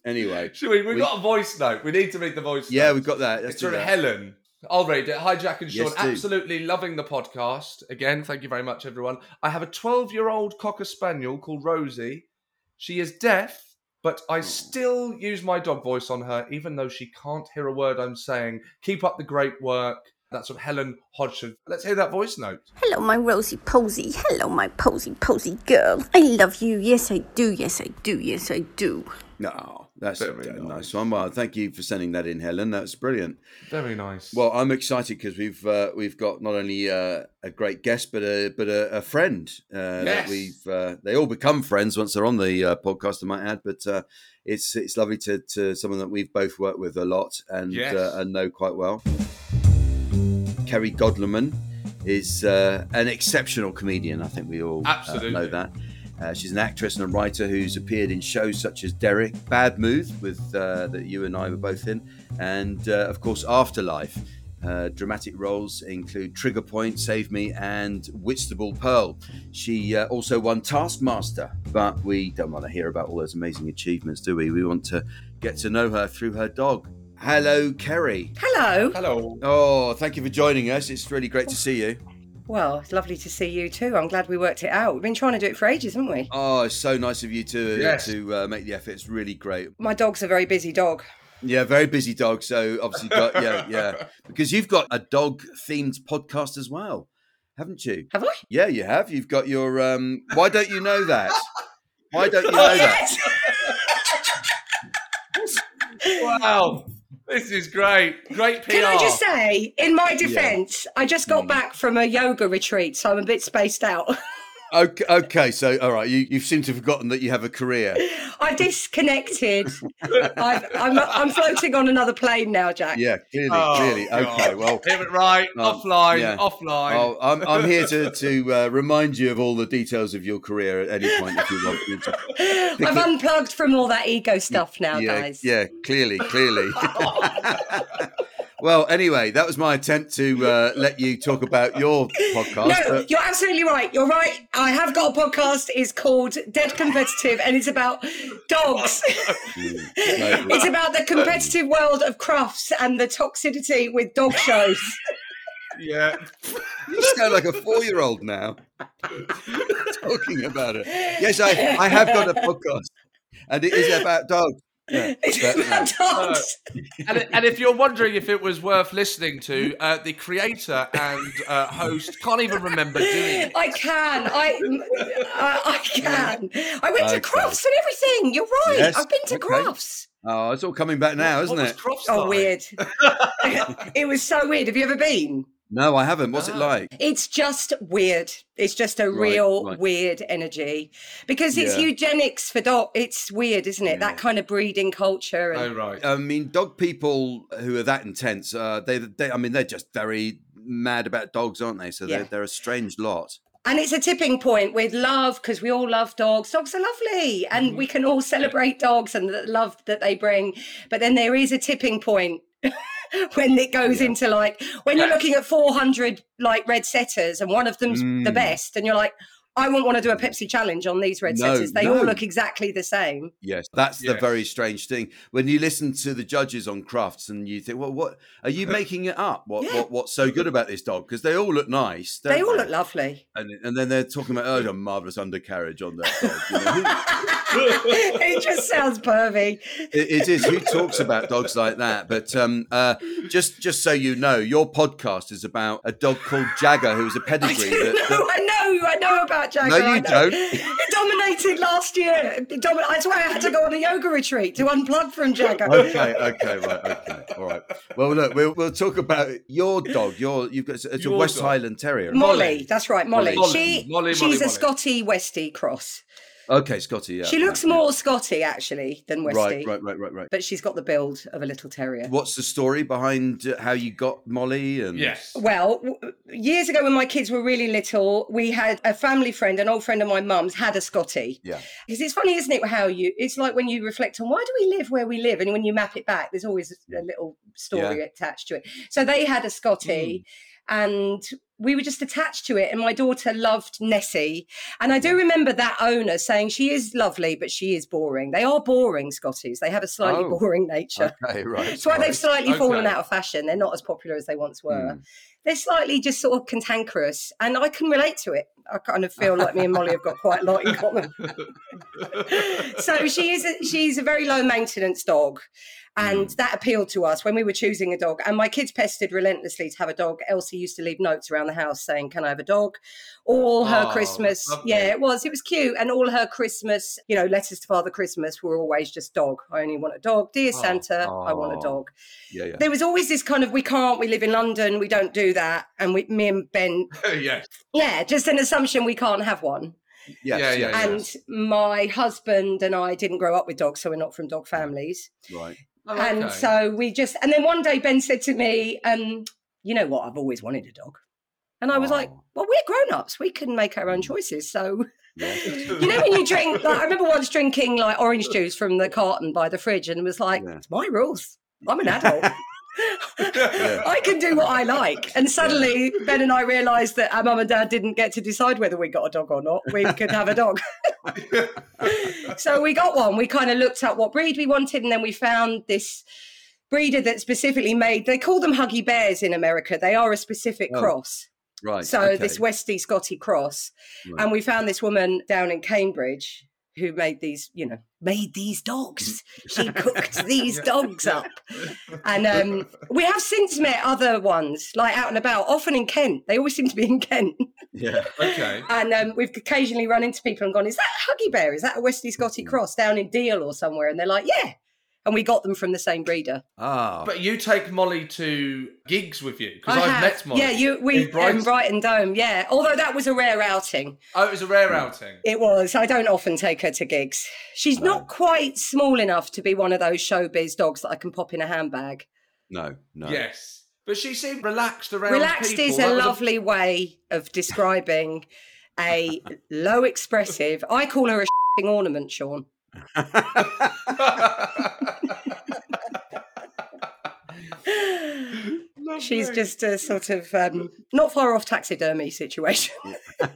Speaker 2: Anyway,
Speaker 3: Should we? We've
Speaker 2: We-
Speaker 3: got a voice note. We need to read the voice.
Speaker 2: yeah,
Speaker 3: note.
Speaker 2: we've got that. Let's
Speaker 3: It's
Speaker 2: do
Speaker 3: from
Speaker 2: that.
Speaker 3: Helen. I'll read it. Hi, Jack and Sean.
Speaker 2: Yes, do.
Speaker 3: Absolutely loving the podcast. Again, thank you very much, everyone. I have a 12 year old Cocker Spaniel called Rosie. She is deaf, but
Speaker 2: Oh.
Speaker 3: I still use my dog voice on her, even though she can't hear a word I'm saying. Keep up the great work. That's from Helen Hodgson. Let's hear that voice note.
Speaker 6: Hello, my rosy posy. Hello, my posy posy girl. I love you. Yes, I do. Yes, I do. Yes, I do.
Speaker 2: No, that's a
Speaker 3: Very
Speaker 2: nice.
Speaker 3: nice.
Speaker 2: one. Well, thank you for sending that in, Helen. That's brilliant.
Speaker 3: Very nice.
Speaker 2: Well, I'm excited because we've uh, we've got not only uh, a great guest but a but a, a friend uh,
Speaker 3: Yes.
Speaker 2: that we've uh, they all become friends once they're on the uh, podcast. I might add, but uh, it's it's lovely to, to someone that we've both worked with a lot and
Speaker 3: Yes.
Speaker 2: uh, and know quite well. Kerry Godleman is uh, an exceptional comedian. I think we all uh,
Speaker 3: Absolutely.
Speaker 2: know that. Uh, she's an actress and a writer who's appeared in shows such as Derek, Bad Move, with uh, that you and I were both in, and uh, of course Afterlife. Her dramatic roles include Trigger Point, Save Me, and Whitstable Pearl. She uh, also won Taskmaster, but we don't want to hear about all those amazing achievements, do we? We want to get to know her through her dog. Hello, Kerry.
Speaker 7: Hello.
Speaker 3: hello.
Speaker 2: Oh, thank you for joining us. It's really great to see you.
Speaker 7: Well, it's lovely to see you too. I'm glad we worked it out. We've been trying to do it for ages, haven't we?
Speaker 2: Oh, it's so nice of you to
Speaker 3: Yes.
Speaker 2: to uh, make the effort. It's really great.
Speaker 7: My dog's a very busy dog.
Speaker 2: Yeah, very busy dog. So obviously, got, yeah, yeah, because you've got a dog themed podcast as well, haven't you?
Speaker 7: Have I?
Speaker 2: Yeah, you have. You've got your. um Why don't you know that? Why
Speaker 3: Oh,
Speaker 2: don't you know that?
Speaker 3: Wow. This is great. Great PR.
Speaker 7: Can I just say, in my defence, I just
Speaker 2: Mm.
Speaker 7: got back from a yoga retreat, so I'm a bit spaced out.
Speaker 2: Okay, okay. So all right, you you seem to have forgotten that you have a career.
Speaker 7: I disconnected. I've, I'm, I'm floating on another plane now, Jack.
Speaker 2: Yeah, clearly,
Speaker 3: Oh,
Speaker 2: clearly.
Speaker 3: God.
Speaker 2: Okay, well.
Speaker 3: Hear it right.
Speaker 2: Um,
Speaker 3: offline.
Speaker 2: yeah.
Speaker 3: Offline.
Speaker 2: Oh, I'm, I'm here to, to uh, remind you of all the details of your career at any point if you want me to.
Speaker 7: I've unplugged from all that ego stuff now,
Speaker 2: yeah,
Speaker 7: guys.
Speaker 2: Yeah, clearly, clearly. well, anyway, that was my attempt to uh, let you talk about your podcast.
Speaker 7: No,
Speaker 2: but-
Speaker 7: you're absolutely right. You're right. I have got a podcast. It's called Dead Competitive, and it's about dogs.
Speaker 2: no,
Speaker 7: It's about the competitive world of crafts and the toxicity with dog shows.
Speaker 3: yeah.
Speaker 2: You sound like a four-year-old now talking about it. Yes, I, I have got a podcast, and it is about dogs. Yeah,
Speaker 7: It's
Speaker 2: but, no.
Speaker 7: about dogs.
Speaker 3: Uh, and, and if you're wondering if it was worth listening to, uh, the creator and uh, host can't even remember doing it.
Speaker 7: I can. I, I, I can. I went
Speaker 2: Okay.
Speaker 7: to Crofts and everything. You're right.
Speaker 2: Yes,
Speaker 7: I've been to
Speaker 2: okay.
Speaker 7: Crofts.
Speaker 2: Oh, it's all coming back now,
Speaker 3: What
Speaker 2: isn't
Speaker 3: was
Speaker 2: it?
Speaker 3: Crofts
Speaker 7: Oh,
Speaker 3: like?
Speaker 7: weird. it was so weird. Have you ever been?
Speaker 2: No, I haven't. What's it
Speaker 7: Ah.
Speaker 2: like?
Speaker 7: It's just weird. It's just a
Speaker 2: Right,
Speaker 7: real
Speaker 2: right.
Speaker 7: weird energy because it's
Speaker 2: Yeah.
Speaker 7: eugenics for dog. It's weird, isn't it? That kind of breeding culture. And,
Speaker 3: Oh right.
Speaker 2: I mean, dog people who are that intense, uh, they, they, I mean, they're just very mad about dogs, aren't they? So they're,
Speaker 7: Yeah.
Speaker 2: they're a strange lot.
Speaker 7: and it's a tipping point with love because we all love dogs. Dogs are lovely and we can all celebrate dogs and the love that they bring. But then there is a tipping point. when it goes into like when you're looking at 400 like red setters and one of them's the
Speaker 2: Mm.
Speaker 7: best and you're like i wouldn't want to do a pepsi challenge on these red
Speaker 2: No,
Speaker 7: setters they
Speaker 2: no.
Speaker 7: all look exactly the same
Speaker 2: Yes, that's the
Speaker 3: Yes.
Speaker 2: very strange thing. When you listen to the judges on crafts, and you think, well, what are you making it up? What,
Speaker 7: Yeah.
Speaker 2: what what's so good about this dog? Because they all look nice.
Speaker 7: they
Speaker 2: don't
Speaker 7: all look lovely
Speaker 2: And, and then they're talking about oh, a marvelous undercarriage on that dog. You know, who-
Speaker 7: it just sounds pervy.
Speaker 2: it, it is. Who talks about dogs like that? But um, uh, just just so you know, your podcast is about a dog called Jagger, who is a
Speaker 7: I
Speaker 2: pedigree.
Speaker 7: do
Speaker 2: that- that-
Speaker 7: know, I know, I know about Jaguar.
Speaker 2: No, you
Speaker 7: I know.
Speaker 2: don't.
Speaker 7: It dominated last year. It domin- That's why I had to go on a yoga retreat to unplug from
Speaker 2: Oh,
Speaker 7: Jaguar.
Speaker 2: okay, okay, right, okay, all right. Well, look, we'll, we'll talk about your dog. Your you've got it's a
Speaker 3: Your
Speaker 2: West
Speaker 3: dog.
Speaker 2: Highland Terrier. right?
Speaker 7: Molly,
Speaker 3: Molly.
Speaker 7: that's right, Molly.
Speaker 3: Molly.
Speaker 7: She,
Speaker 3: Molly, Molly,
Speaker 7: she's a
Speaker 3: Molly.
Speaker 7: Scotty Westie cross.
Speaker 2: Okay, Scotty. Yeah,
Speaker 7: she looks
Speaker 2: yeah,
Speaker 7: more Scotty actually than
Speaker 2: yeah. Right,
Speaker 7: Westie,
Speaker 2: right, right, right, right.
Speaker 7: but she's got the build of a little terrier.
Speaker 2: What's the story behind uh, how you got Molly? And
Speaker 3: Yes.
Speaker 7: Well, w- years ago when my kids were really little, we had a family friend, an old friend of my mum's, had a Scotty.
Speaker 2: Yeah.
Speaker 7: Because it's funny, isn't it, how you, it's like when you reflect on why do we live where we live? And when you map it back, there's always a little story attached to it. So they had a Scotty and we were just attached to it. And my daughter loved Nessie. And I do remember that owner saying, she is lovely, but she is boring. They are boring Scotties. They have a slightly
Speaker 2: Oh.
Speaker 7: boring nature.
Speaker 2: Okay, right.
Speaker 7: That's why
Speaker 2: right.
Speaker 7: they've slightly fallen
Speaker 3: Okay.
Speaker 7: out of fashion. They're not as popular as they once were.
Speaker 2: Hmm.
Speaker 7: They're slightly just sort of cantankerous, and I can relate to it. I kind of feel like me and Molly have got quite a lot in common. so she is a, she's a very low maintenance dog, and that appealed to us when we were choosing a dog. And my kids pestered relentlessly to have a dog. Elsie used to leave notes around the house saying, "Can I have a dog?" All her
Speaker 3: Oh,
Speaker 7: Christmas,
Speaker 3: lovely.
Speaker 7: yeah, it was. It was cute, and all her Christmas, you know, letters to Father Christmas were always just dog. I only want a dog, dear
Speaker 3: Oh,
Speaker 7: Santa. I want a
Speaker 2: oh.
Speaker 7: dog
Speaker 2: Yeah, yeah.
Speaker 7: there was always this kind of we can't we live in london we don't do that and we me and ben
Speaker 3: yes.
Speaker 7: yeah just an assumption we can't have one
Speaker 2: Yes,
Speaker 3: yeah, yeah,
Speaker 7: and
Speaker 3: Yes.
Speaker 7: my husband and i didn't grow up with dogs so we're not from dog families
Speaker 2: Right.
Speaker 3: Oh,
Speaker 7: and
Speaker 3: okay.
Speaker 7: so we just and then one day ben said to me um you know what i've always wanted a dog and i was like
Speaker 2: Oh.
Speaker 7: well we're grown-ups we can make our own
Speaker 3: Mm.
Speaker 7: choices so
Speaker 2: Yeah.
Speaker 7: you know when you drink like, i remember once drinking like orange juice from the carton by the fridge and was like
Speaker 2: Yeah.
Speaker 7: it's my rules i'm an adult I can do what I like. And suddenly, Ben and I realised that our mum and dad didn't get to decide whether we got a dog or not. We could have a dog. so we got one. We kind of looked at what breed we wanted, and then we found this breeder that specifically made, they call them huggy bears in America. They are a specific
Speaker 2: Oh,
Speaker 7: cross.
Speaker 2: Right.
Speaker 7: So
Speaker 2: okay.
Speaker 7: this Westie Scotty cross.
Speaker 2: Right.
Speaker 7: And we found this woman down in Cambridge who made these, you know, made these dogs. She cooked these dogs up. And um, we have since met other ones, like out and about, often in Kent. They always seem to be in Kent.
Speaker 2: Yeah.
Speaker 3: okay.
Speaker 7: And um, we've occasionally run into people and gone, Is that a Huggy Bear? Is that a Westie Scotty Cross down in Deal or somewhere? And they're like, Yeah. And we got them from the same breeder.
Speaker 2: Ah.
Speaker 3: But you take Molly to gigs with you because
Speaker 7: I
Speaker 3: I've
Speaker 7: have-
Speaker 3: met Molly.
Speaker 7: Yeah, you, we,
Speaker 3: in Brighton.
Speaker 7: um, Brighton Dome. Yeah. Although that was a rare outing.
Speaker 3: Oh, it was a rare outing.
Speaker 7: It was. I don't often take her to gigs. She's not quite small enough to be one of those showbiz dogs that I can pop in a handbag.
Speaker 2: no. No.
Speaker 3: Yes, but she seemed relaxed around.
Speaker 7: Relaxed
Speaker 3: people.
Speaker 7: is
Speaker 3: That
Speaker 7: a
Speaker 3: was
Speaker 7: lovely way of describing a low expressive. I call her a shitting ornament, Sean. She's just a sort of um, not far off taxidermy situation.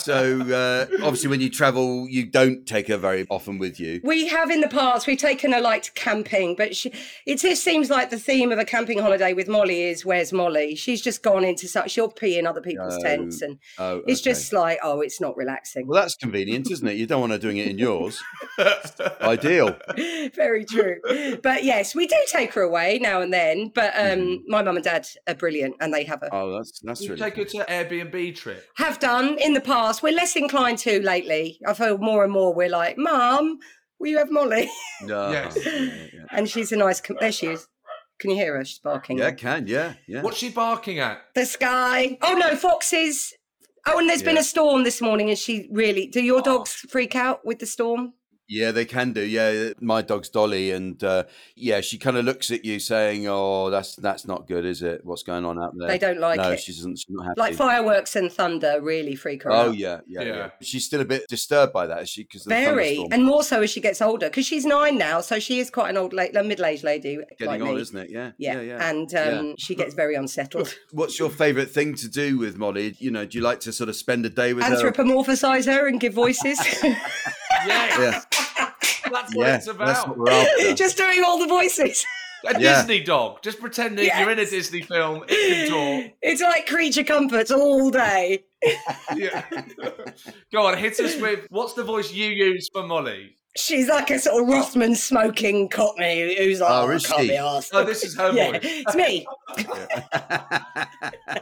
Speaker 2: so uh, obviously, when you travel, you don't take her very often with you.
Speaker 7: We have in the past, we've taken her like to camping, but she, it just seems like the theme of a camping holiday with Molly is where's Molly? She's just gone into such, she'll pee in other people's
Speaker 2: Oh,
Speaker 7: tents and
Speaker 2: Oh,
Speaker 7: it's
Speaker 2: okay.
Speaker 7: just like, oh, it's not relaxing.
Speaker 2: well, that's convenient, isn't it? You don't want her doing it in yours. Ideal.
Speaker 7: Very true. But yes, we do take her away now and then, but um, my mum and dad are brilliant and they have her.
Speaker 2: Oh, that's that's
Speaker 3: You
Speaker 2: really.
Speaker 3: take her
Speaker 2: good.
Speaker 3: to an Airbnb trip.
Speaker 7: Have done in the past. We're less inclined to lately. I've heard more and more we're like, Mum, will you have Molly?
Speaker 2: No.
Speaker 3: Yes.
Speaker 2: Yeah,
Speaker 7: And she's a nice, com- there she is. Can you hear her? She's barking.
Speaker 2: yeah. yeah, can yeah yeah.
Speaker 3: What's she barking at?
Speaker 7: the sky. Oh no, foxes. Oh, and there's been
Speaker 2: Yeah.
Speaker 7: a storm this morning, and she really. Do your dogs freak out with the storm?
Speaker 2: Yeah, they can do. Yeah, uh, my dog's Dolly, and uh, yeah, she kind of looks at you saying, "Oh, that's that's not good, is it? What's going on out there?"
Speaker 7: They don't like
Speaker 2: no,
Speaker 7: it.
Speaker 2: she doesn't. She's not happy.
Speaker 7: Like fireworks and thunder really freak her out.
Speaker 2: oh yeah, yeah, yeah,
Speaker 3: Yeah.
Speaker 2: She's still a bit disturbed by that, is she? Because
Speaker 7: Very, and more so as she gets older, because she's nine now, so she is quite an old, la- a middle-aged lady like
Speaker 2: getting
Speaker 7: me.
Speaker 2: on, isn't it? Yeah,
Speaker 7: Yeah.
Speaker 2: yeah, yeah.
Speaker 7: and
Speaker 2: Yeah.
Speaker 7: um, she gets very unsettled.
Speaker 2: What's your favourite thing to do with Molly? You know, do you like to sort of spend a day with her?
Speaker 7: Anthropomorphise her and give voices.
Speaker 3: Yes.
Speaker 2: Yeah.
Speaker 3: That's what
Speaker 2: yeah,
Speaker 3: it's
Speaker 2: that's what
Speaker 3: about.
Speaker 2: we're after.
Speaker 7: Just doing all the voices.
Speaker 3: A
Speaker 2: Yeah.
Speaker 3: Disney dog. Just pretending you're in a Disney film. It can talk.
Speaker 7: It's like creature comforts all day.
Speaker 3: Yeah. Go on, hit us with what's the voice you use for Molly?
Speaker 7: She's like a sort of Rothman smoking cockney who's like,
Speaker 2: Oh,
Speaker 7: "Oh, I
Speaker 2: is
Speaker 7: can't
Speaker 2: she?
Speaker 7: be asked.
Speaker 3: Oh, this is her
Speaker 7: yeah,
Speaker 3: voice.
Speaker 7: it's me.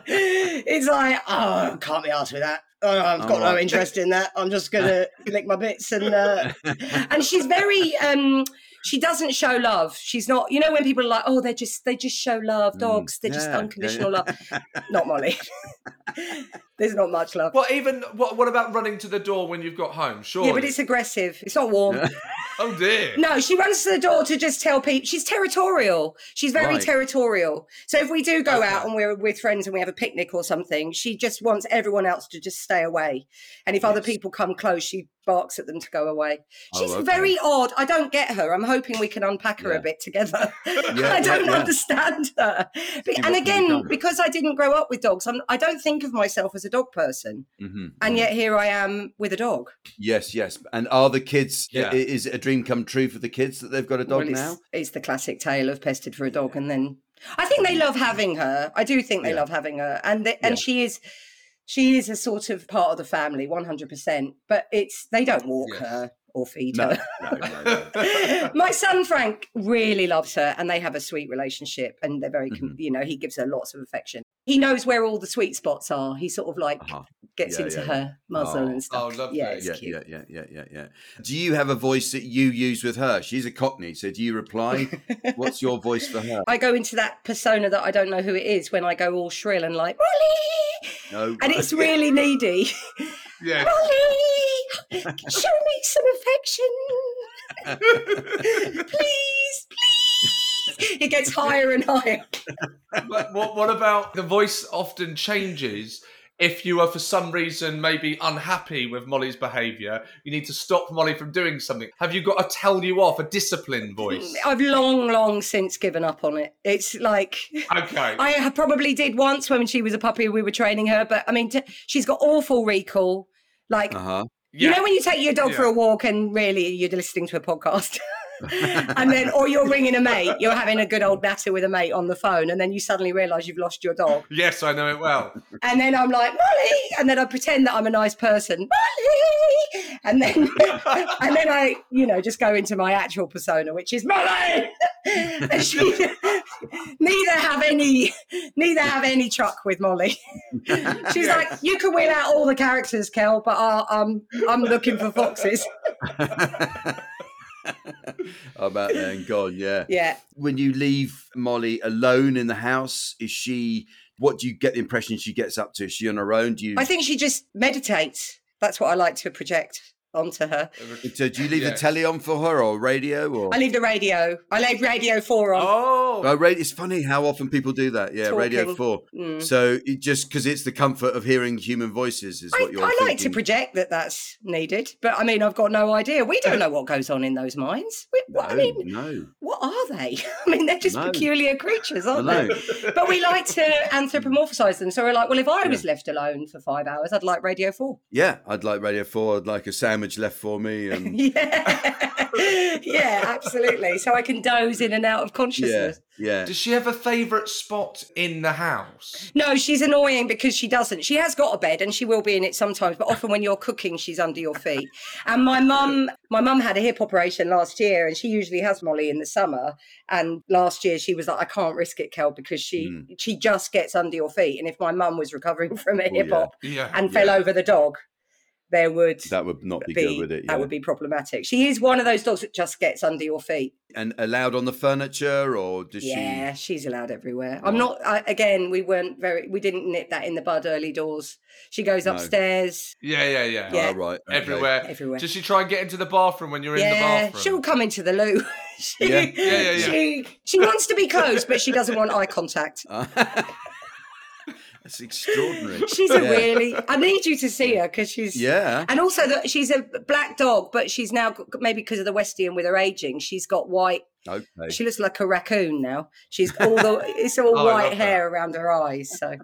Speaker 7: it's like, oh, I can't be asked with that. Oh, I've got no
Speaker 2: Alright.
Speaker 7: interest in that. I'm just gonna lick my bits and uh, and she's very um she doesn't show love. She's not you know when people are like, oh, they just they just show love, dogs, they're just
Speaker 2: yeah, yeah,
Speaker 7: unconditional love. Not Molly. There's not much love.
Speaker 3: What even what what about running to the door when you've got home? Sure.
Speaker 7: Yeah, but it's aggressive. It's not warm.
Speaker 3: Oh dear.
Speaker 7: No, she runs to the door to just tell people she's territorial. She's very
Speaker 2: Right.
Speaker 7: territorial. So if we do go out and we're with friends and we have a picnic or something, she just wants everyone else to just stay away. And if other people come close, she barks at them to go away.
Speaker 2: Oh,
Speaker 7: She's
Speaker 2: okay.
Speaker 7: very odd. I don't get her. I'm hoping we can unpack her
Speaker 2: Yeah.
Speaker 7: a bit together.
Speaker 2: yeah,
Speaker 7: I don't
Speaker 2: yeah.
Speaker 7: understand her.
Speaker 2: what
Speaker 7: But- and
Speaker 2: can be
Speaker 7: again,
Speaker 2: done.
Speaker 7: because I didn't grow up with dogs, I'm, I don't think of myself as a dog person.
Speaker 2: Mhm.
Speaker 7: And yet here I am with a dog.
Speaker 2: Yes, yes. And are the kids?
Speaker 3: Yeah.
Speaker 2: i- Is it a dream come true for the kids that they've got a dog
Speaker 7: Well,
Speaker 2: now?
Speaker 7: It's, it's the classic tale of pestered for a dog, and then I think they love having her. I do think they
Speaker 2: Yeah.
Speaker 7: love having her, and they, and she is she is a sort of part of the family, one hundred percent. But it's they don't walk
Speaker 3: Yes.
Speaker 7: her or feed
Speaker 2: No,
Speaker 7: her.
Speaker 2: no, no, no.
Speaker 7: My son Frank really loves her, and they have a sweet relationship, and they're very
Speaker 2: Mm-hmm.
Speaker 7: com you know he gives her lots of affection. He knows where all the sweet spots are. He sort of like
Speaker 2: Uh-huh.
Speaker 7: gets
Speaker 2: Yeah,
Speaker 7: into
Speaker 2: yeah, yeah.
Speaker 7: her muzzle
Speaker 2: Oh.
Speaker 7: and stuff.
Speaker 3: lovely.
Speaker 7: Yeah, it's
Speaker 2: yeah,
Speaker 7: cute.
Speaker 2: yeah, yeah, yeah, yeah, yeah. Do you have a voice that you use with her? She's a Cockney, so do you reply? What's your voice for her?
Speaker 7: I go into that persona that I don't know who it is when I go all shrill and like, Molly,
Speaker 2: No,
Speaker 7: and it's really needy.
Speaker 3: Yeah.
Speaker 7: Molly, show me some affection. please, please. It gets higher and higher.
Speaker 3: But what what about the voice often changes if you are for some reason maybe unhappy with Molly's behaviour, you need to stop Molly from doing something. Have you got a tell you off, a discipline
Speaker 7: Mm,
Speaker 3: voice?
Speaker 7: I've long, long since given up on it. It's like
Speaker 3: Okay.
Speaker 7: I ha- probably did once when she was a puppy. We were training her, but I mean, t- she's got awful recall. Like
Speaker 2: Uh huh.
Speaker 7: You
Speaker 3: Yeah.
Speaker 7: know when you take your dog for
Speaker 3: Yeah.
Speaker 7: a walk and really you're listening to a podcast, and then or you're ringing a mate, you're having a good old natter with a mate on the phone, and then you suddenly realise you've lost your dog,
Speaker 3: Yes, I know it well.
Speaker 7: and then I'm like Molly, and then I pretend that I'm a nice person, Molly, and then and then I you know just go into my actual persona, which is Molly, and she neither have any neither have any truck with Molly. She's like you can wheel out all the characters, Kel, but I, I'm I'm looking for foxes.
Speaker 2: Oh, About then gone. Yeah.
Speaker 7: Yeah.
Speaker 2: When you leave Molly alone in the house, is she? What do you get the impression she gets up to? Is she on her own? Do you?
Speaker 7: I think she just meditates. That's what I like to project onto her.
Speaker 2: so do you leave
Speaker 3: Yeah.
Speaker 2: the telly on for her or radio or?
Speaker 7: I leave the radio. I leave radio four on.
Speaker 3: Oh,
Speaker 2: Oh, radio, it's funny how often people do that. Yeah, Radio
Speaker 7: Talking.
Speaker 2: Four. So it just because it's the comfort of hearing human voices is
Speaker 7: I,
Speaker 2: what you're.
Speaker 7: I like to
Speaker 2: thinking.
Speaker 7: project that that's needed, but I mean, I've got no idea. We don't know what goes on in those minds. We, I mean,
Speaker 2: no, no.
Speaker 7: what are they? I mean, they're just
Speaker 2: No.
Speaker 7: peculiar creatures, aren't
Speaker 2: I know.
Speaker 7: they? But we like to anthropomorphise them. So we're like, well, if I was left alone for five hours, I'd like Radio 4.
Speaker 2: Yeah, I'd like Radio 4. I'd like a sandwich left for me. And
Speaker 7: Yeah. yeah, absolutely. So I can doze in and out of
Speaker 2: yeah,
Speaker 7: consciousness.
Speaker 2: yeah.
Speaker 3: Does she have a favourite spot in the house?
Speaker 7: No, she's annoying because she doesn't. She has got a bed and she will be in it sometimes, but often when you're cooking, she's under your feet. And my mum, my mum had a hip operation last year, and she usually has Molly in the summer. And last year she was like, I can't risk it, Kel, because she she just gets under your feet. And if my mum was recovering from a
Speaker 2: Oh,
Speaker 7: hip
Speaker 2: yeah.
Speaker 7: hop
Speaker 3: Yeah.
Speaker 7: and fell over the dog, there would
Speaker 2: That would not be, good with it. Yeah.
Speaker 7: that would be problematic. She is one of those dogs that just gets under your feet.
Speaker 2: And allowed on the furniture, or does
Speaker 7: Yeah,
Speaker 2: she?
Speaker 7: she's allowed everywhere. I'm not. I, again, we weren't very. We didn't nip that in the bud early doors. She goes
Speaker 2: No.
Speaker 7: upstairs
Speaker 3: yeah, yeah, yeah.
Speaker 7: Yeah.
Speaker 2: Oh, right. okay.
Speaker 3: Everywhere.
Speaker 7: Everywhere.
Speaker 3: Does she try and get into the bathroom when you're
Speaker 7: yeah,
Speaker 3: in the bathroom?
Speaker 7: she'll come into the loo. she,
Speaker 2: Yeah, yeah,
Speaker 3: yeah, yeah.
Speaker 7: She, she wants to be close, but she doesn't want eye contact.
Speaker 2: That's extraordinary.
Speaker 7: She's a really. I need you to see her because she's.
Speaker 2: Yeah.
Speaker 7: And also that she's a black dog, but she's now got, maybe because of the Westie and with her aging, she's got white.
Speaker 2: Okay.
Speaker 7: She looks like a raccoon now. She's all the it's all
Speaker 3: Oh, I
Speaker 7: white
Speaker 3: love
Speaker 7: hair around her eyes. So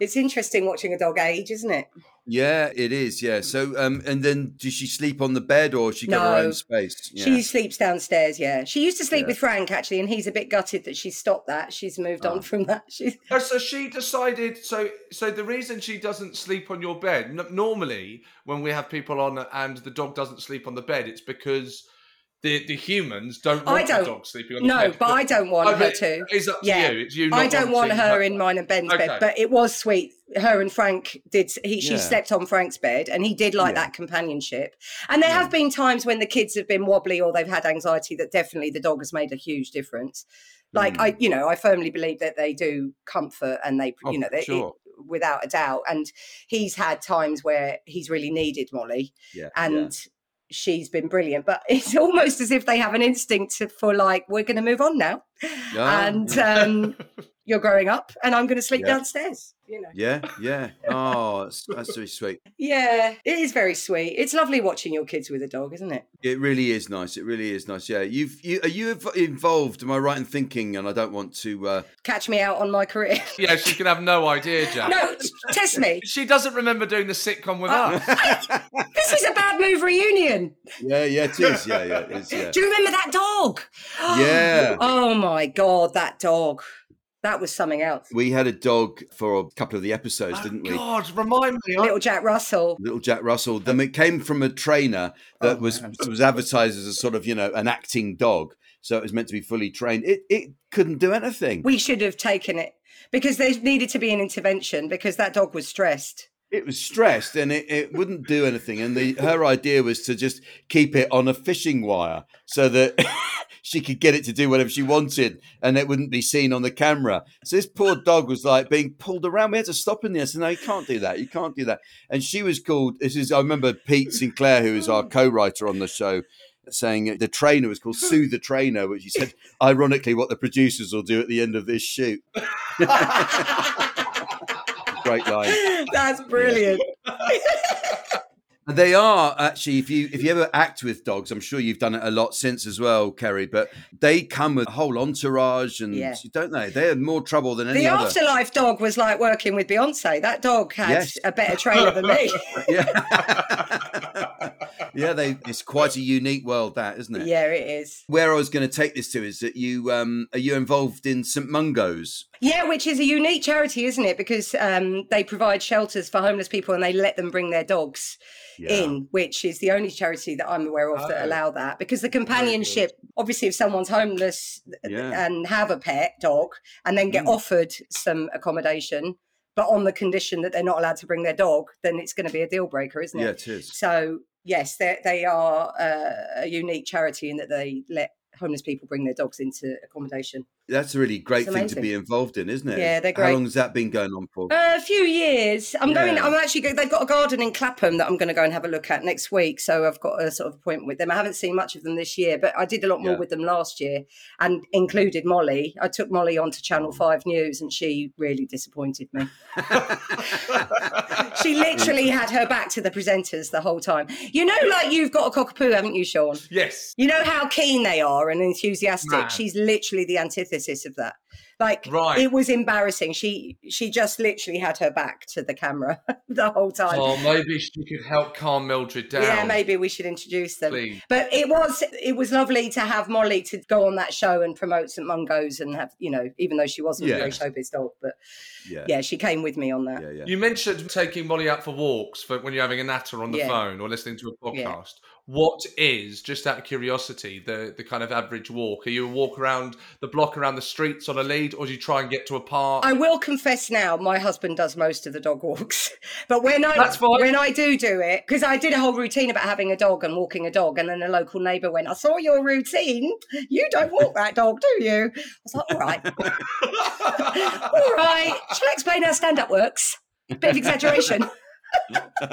Speaker 7: it's interesting watching a dog age, isn't it?
Speaker 2: Yeah, it is. Yeah. So, um, and then does she sleep on the bed, or she got her
Speaker 7: No.
Speaker 2: own space? Yeah.
Speaker 7: She sleeps downstairs, yeah. She used to sleep with Frank actually, and he's a bit gutted that she stopped that. She's moved on from that. She's
Speaker 3: Uh, So she decided. So so the reason she doesn't sleep on your bed. n- normally, when we have people on and the dog doesn't sleep on the bed, it's because the the humans don't
Speaker 7: I
Speaker 3: want
Speaker 7: don't-
Speaker 3: the dog sleeping on the
Speaker 7: no,
Speaker 3: bed.
Speaker 7: but I don't want
Speaker 3: Oh,
Speaker 7: her
Speaker 3: but
Speaker 7: to.
Speaker 3: It's up to
Speaker 7: Yeah.
Speaker 3: you. It's you.
Speaker 7: I
Speaker 3: not
Speaker 7: don't want
Speaker 3: wanting
Speaker 7: her in mine and Ben's
Speaker 3: Okay.
Speaker 7: bed, but it was sweet. Her and Frank did. He she
Speaker 2: Yeah.
Speaker 7: slept on Frank's bed, and he did like that companionship. And there have been times when the kids have been wobbly or they've had anxiety that definitely the dog has made a huge difference. Like
Speaker 2: Mm.
Speaker 7: I, you know, I firmly believe that they do comfort and they,
Speaker 2: Oh,
Speaker 7: you know, they, it-
Speaker 2: sure.
Speaker 7: without a doubt. And he's had times where he's really needed Molly,
Speaker 2: Yeah.
Speaker 7: and
Speaker 2: yeah.
Speaker 7: she's been brilliant. But it's almost as if they have an instinct to- for like, we're going to move on now
Speaker 2: Yeah.
Speaker 7: and um, you're growing up, and I'm going to sleep
Speaker 2: Yeah.
Speaker 7: downstairs. You know,
Speaker 2: Yeah, yeah. Oh, that's, that's really sweet.
Speaker 7: yeah, it is very sweet. It's lovely watching your kids with a dog, isn't it?
Speaker 2: It really is nice. It really is nice. Yeah, you've you are you inv- involved? Am I right in thinking? And I don't want to. Uh,
Speaker 7: Catch me out on my career.
Speaker 3: Yeah, she can have no idea, Jack.
Speaker 7: no, Uh, t- test me.
Speaker 3: She doesn't remember doing the sitcom with us.
Speaker 7: This is a bad move reunion.
Speaker 2: yeah, yeah, it is. Yeah, yeah, it is. Yeah,
Speaker 7: Do you remember that dog?
Speaker 2: yeah.
Speaker 7: Oh my god, that dog. That was something else.
Speaker 2: We had a dog for a couple of the
Speaker 7: Oh,
Speaker 2: episodes, didn't we?
Speaker 3: God, remind me. I-
Speaker 7: Little Jack Russell.
Speaker 2: Little Jack Russell. Then it came from a trainer that was was advertised as a sort of you know an acting dog, so it was meant to be fully trained. It it couldn't do anything.
Speaker 7: We should have taken it because there needed to be an intervention because that dog was stressed.
Speaker 2: it was stressed and it, it wouldn't do anything. And the her idea was to just keep it on a fishing wire so that she could get it to do whatever she wanted and it wouldn't be seen on the camera. So this poor dog was like being pulled around. We had to stop him there. So no, you can't do that. You can't do that. And she was called this is I remember Pete Sinclair, who is our co-writer on the show. Saying that the trainer was called Sue the Trainer, which he said, ironically, what the producers will do at the end of this shoot. Great line.
Speaker 7: That's brilliant.
Speaker 2: They are actually. If you if you ever act with dogs, I'm sure you've done it a lot since as well, Kerry. But they come with a whole entourage, and
Speaker 7: Yeah.
Speaker 2: don't they? They're more trouble than any
Speaker 7: the
Speaker 2: other.
Speaker 7: afterlife dog was like working with Beyonce. That dog had
Speaker 2: Yes.
Speaker 7: a better trainer than me.
Speaker 2: yeah, yeah. They. It's quite a unique world, that isn't it?
Speaker 7: yeah, it is.
Speaker 2: Where I was going to take this to is that you um are you involved in St Mungo's?
Speaker 7: Yeah, which is a unique charity, isn't it? Because um, they provide shelters for homeless people and they let them bring their dogs in, uh, which is the only charity that I'm aware of that allow that. Because the companionship, obviously, if someone's homeless th-
Speaker 2: Yeah.
Speaker 7: and have a pet dog and then get offered some accommodation, but on the condition that they're not allowed to bring their dog, then it's going to be a deal breaker, isn't it?
Speaker 2: Yeah, it is.
Speaker 7: So yes, they they are uh, a unique charity in that they let homeless people bring their dogs into accommodation.
Speaker 2: That's a really great
Speaker 7: It's
Speaker 2: thing to
Speaker 7: amazing.
Speaker 2: be involved in, isn't it?
Speaker 7: Yeah, they're
Speaker 2: How
Speaker 7: great.
Speaker 2: long's that been going on for?
Speaker 7: A few years. I'm going.
Speaker 2: Yeah.
Speaker 7: I'm actually. Go, they've got a garden in Clapham that I'm going to go and have a look at next week. So I've got a sort of appointment with them. I haven't seen much of them this year, but I did a lot more
Speaker 2: Yeah.
Speaker 7: with them last year, and included Molly. I took Molly onto Channel Five News, and she really disappointed me. she literally had her back to the presenters the whole time. You know, like you've got a cockapoo, haven't you, Sean?
Speaker 3: Yes.
Speaker 7: You know how keen they are and enthusiastic.
Speaker 3: Man.
Speaker 7: She's literally the antithesis of that. Like
Speaker 3: Right. Oh,
Speaker 7: it was embarrassing. She she just literally had her back to the camera the whole time.
Speaker 3: Oh, maybe she could help calm Mildred down.
Speaker 7: yeah, maybe we should introduce them.
Speaker 3: Please.
Speaker 7: But it was it was lovely to have Molly to go on that show and promote St Mungo's and have you know even though she wasn't a
Speaker 2: Yeah.
Speaker 7: very showbiz dog, but yeah, she came with me on that.
Speaker 2: yeah, yeah.
Speaker 3: You mentioned taking Molly out for walks for when you're having a natter on the
Speaker 7: Yeah.
Speaker 3: phone or listening to a podcast.
Speaker 7: Yeah.
Speaker 3: What is, just out of curiosity, the, the kind of average walk? Are you a walk around the block, around the streets on a lead, or do you try and get to a park?
Speaker 7: I will confess now, my husband does most of the dog walks, but when I
Speaker 3: That's fine.
Speaker 7: when I do do it, because I did a whole routine about having a dog and walking a dog, and then a local neighbour went, "I saw your routine. You don't walk that dog, do you?" I was like, "All right, all right." Shall I explain how stand up works? Bit of exaggeration.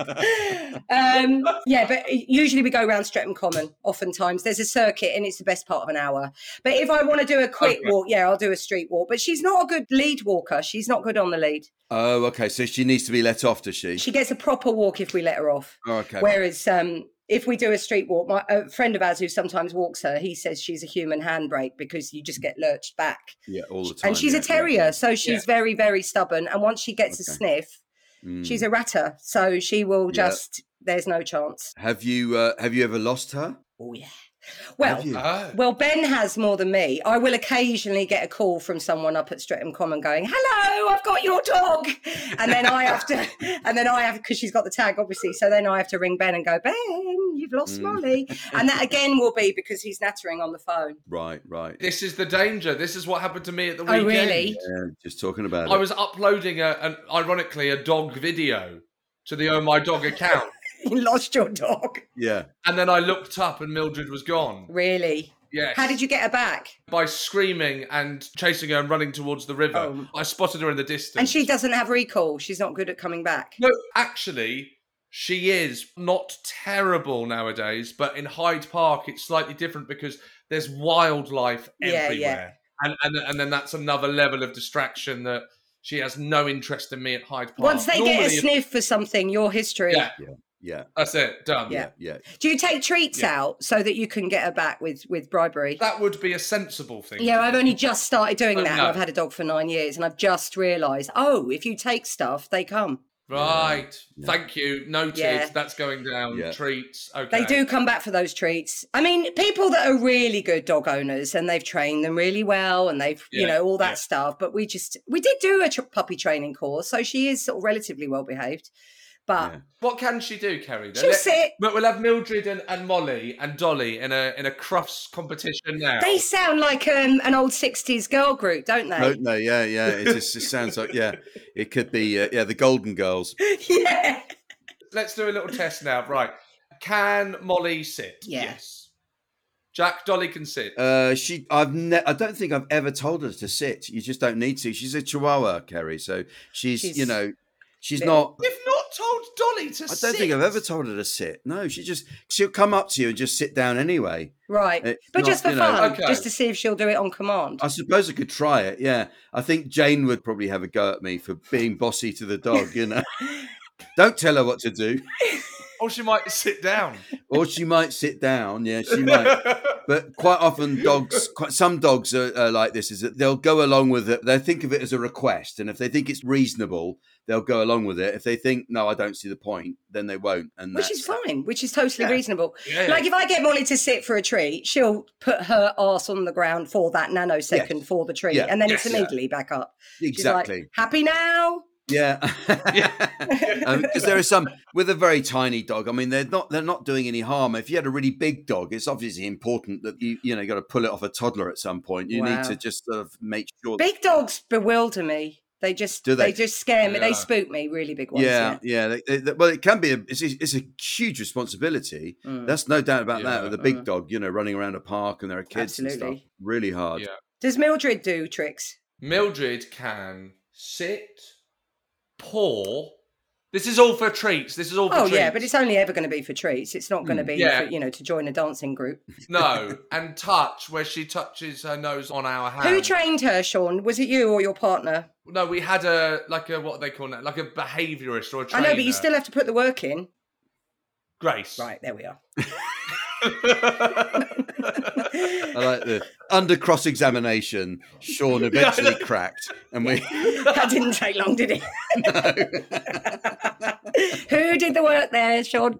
Speaker 7: um, yeah, but usually we go round Streatham Common. Oftentimes, there's a circuit, and it's the best part of an hour. But if I want to do a quick
Speaker 3: Okay.
Speaker 7: walk, yeah, I'll do a street walk. But she's not a good lead walker. She's not good on the lead.
Speaker 2: Oh, okay. So she needs to be let off, does she?
Speaker 7: She gets a proper walk if we let her off.
Speaker 2: Oh, okay.
Speaker 7: Whereas um, if we do a street walk, my a friend of ours who sometimes walks her, he says she's a human handbrake because you just get lurched back.
Speaker 2: yeah, all the time.
Speaker 7: and she's
Speaker 2: yeah,
Speaker 7: a
Speaker 2: yeah,
Speaker 7: terrier,
Speaker 2: yeah.
Speaker 7: so she's very, very stubborn. And once she gets a
Speaker 2: Okay.
Speaker 7: sniff,
Speaker 2: Mm.
Speaker 7: she's a ratter. So she will
Speaker 2: Yeah.
Speaker 7: just. There's no chance.
Speaker 2: Have you uh, have you ever lost her?
Speaker 7: Oh yeah. Well, uh,
Speaker 2: Have you?
Speaker 3: Oh.
Speaker 7: well, Ben has more than me. I will occasionally get a call from someone up at Streatham Common going, "Hello, I've got your dog," and then I have to, and then I have because she's got the tag, obviously. So then I have to ring Ben and go, "Ben, you've lost
Speaker 2: Mm.
Speaker 7: Molly," and that again will be because he's nattering on the phone.
Speaker 2: Right, right.
Speaker 3: This is the danger. This is what happened to me at the
Speaker 7: Oh,
Speaker 3: weekend.
Speaker 7: really?
Speaker 2: Yeah, just talking about
Speaker 3: I
Speaker 2: it.
Speaker 3: was uploading a, an ironically a dog video to the Oh My Dog account,
Speaker 7: You lost your dog?
Speaker 2: Yeah.
Speaker 3: and then I looked up and Mildred was gone.
Speaker 7: Really?
Speaker 3: Yes.
Speaker 7: How did you get her back?
Speaker 3: By screaming and chasing her and running towards the river,
Speaker 7: Oh.
Speaker 3: I spotted her in the distance.
Speaker 7: And she doesn't have recall. She's not good at coming back.
Speaker 3: No, actually, she is not terrible nowadays, but in Hyde Park, it's slightly different because there's wildlife
Speaker 7: Yeah, yeah.
Speaker 3: everywhere. And, and, and then that's another level of distraction that she has no interest in me at Hyde Park.
Speaker 7: Once they get a
Speaker 3: Normally, if-
Speaker 7: sniff for something, your history.
Speaker 3: Yeah.
Speaker 2: Yeah.
Speaker 3: That's it, done.
Speaker 7: Yeah.
Speaker 2: Yeah. Yeah.
Speaker 7: Do you take treats
Speaker 3: Yeah.
Speaker 7: out so that you can get her back with with bribery?
Speaker 3: That would be a sensible thing.
Speaker 7: Yeah, I've only just started doing
Speaker 3: Oh,
Speaker 7: that. and
Speaker 3: no.
Speaker 7: I've had a dog for nine years, and I've just realised, oh, if you take stuff, they come.
Speaker 3: Right. Thank you. Noted.
Speaker 7: Yeah.
Speaker 3: That's going down.
Speaker 2: Yeah.
Speaker 3: Treats. Okay.
Speaker 7: They do come back for those treats. I mean, people that are really good dog owners and they've trained them really well, and they've you
Speaker 3: Yeah,
Speaker 7: know all that
Speaker 3: yeah.
Speaker 7: stuff. But we just we did do a tr- puppy training course, so she is sort of relatively well behaved. But
Speaker 2: Yeah.
Speaker 3: What can she do, Kerry? then?
Speaker 7: she'll
Speaker 3: Let-
Speaker 7: sit.
Speaker 3: But we'll have Mildred and, and Molly and Dolly in a in a crufts competition now.
Speaker 7: They sound like um, an old '60s girl group, don't they?
Speaker 2: Don't know. Yeah. Yeah. It just it sounds like yeah. It could be uh, yeah. The Golden Girls.
Speaker 7: yeah.
Speaker 3: Let's do a little test now. Right. Can Molly sit?
Speaker 7: Yeah.
Speaker 3: Yes. Jack, Dolly can sit.
Speaker 2: Uh, she. I've. Ne- I don't think I've ever told her to sit. You just don't need to. She's a Chihuahua, Kerry. So she's, you
Speaker 7: She's
Speaker 2: know she's
Speaker 7: little.
Speaker 2: not.
Speaker 3: You've not told Dolly to
Speaker 2: I
Speaker 3: sit.
Speaker 2: don't think I've ever told her to sit. No, she just she'll come up to you and just sit down anyway.
Speaker 7: Right,
Speaker 2: It's
Speaker 7: but
Speaker 2: not,
Speaker 7: just for
Speaker 2: you know-
Speaker 7: fun,
Speaker 3: Okay.
Speaker 7: just to see if she'll do it on command.
Speaker 2: I suppose I could try it. Yeah, I think Jane would probably have a go at me for being bossy to the dog. You know, don't tell her what to do,
Speaker 3: Or she might sit down.
Speaker 2: or she might sit down. Yeah, she might. But quite often, dogs, quite, some dogs are, are like this: is that they'll go along with it. They think of it as a request, and if they think it's reasonable, they'll go along with it. If they think no, I don't see the point, then they won't. And
Speaker 7: which
Speaker 2: that's- uh,
Speaker 7: is fine, which is totally
Speaker 2: Yeah.
Speaker 7: reasonable.
Speaker 3: Yeah.
Speaker 7: Like if I get Molly to sit for a treat, she'll put her arse on the ground for that nanosecond for the treat,
Speaker 2: Yeah.
Speaker 7: and then
Speaker 3: Yes.
Speaker 7: it's immediately back up. She's like,
Speaker 2: exactly.
Speaker 7: Happy now?
Speaker 2: Yeah, because there are some with a very tiny dog. I mean, they're not they're not doing any harm. If you had a really big dog, it's obviously important that you you know got to pull it off a toddler at some point. You need
Speaker 7: Wow.
Speaker 2: to just sort of make sure.
Speaker 7: Big dogs bewilder me. They just
Speaker 2: Do
Speaker 7: they?
Speaker 2: they?
Speaker 7: just scare me.
Speaker 3: Yeah.
Speaker 7: They spook me. Really big ones.
Speaker 2: yeah, yeah. they- they- they- well, it can be a it's, it's a huge responsibility.
Speaker 7: Mm.
Speaker 2: That's no doubt about that.
Speaker 3: Yeah.
Speaker 2: With a big
Speaker 7: Mm.
Speaker 2: dog, you know, running around a park and there are kids and
Speaker 7: Absolutely.
Speaker 2: stuff, really hard.
Speaker 3: Yeah.
Speaker 7: Does Mildred do tricks?
Speaker 3: Mildred can sit, paw. This is all for treats. This is all for
Speaker 7: Oh
Speaker 3: treats.
Speaker 7: yeah, but it's only ever going to be for treats. It's not going to be,
Speaker 3: Mm. Yeah.
Speaker 7: for, you know, to join a dancing group.
Speaker 3: no. And touch, where she touches her nose on our hand.
Speaker 7: Who trained her, Sean? Was it you or your partner?
Speaker 3: No, we had a like a what are they call it, like a behaviourist or a
Speaker 7: I
Speaker 3: trainer.
Speaker 7: know, but you still have to put the work in.
Speaker 3: Grace.
Speaker 7: Right there, we are.
Speaker 2: I like the under cross examination. Sean eventually cracked, and we
Speaker 7: that didn't take long, did it? Who did the work there, Sean?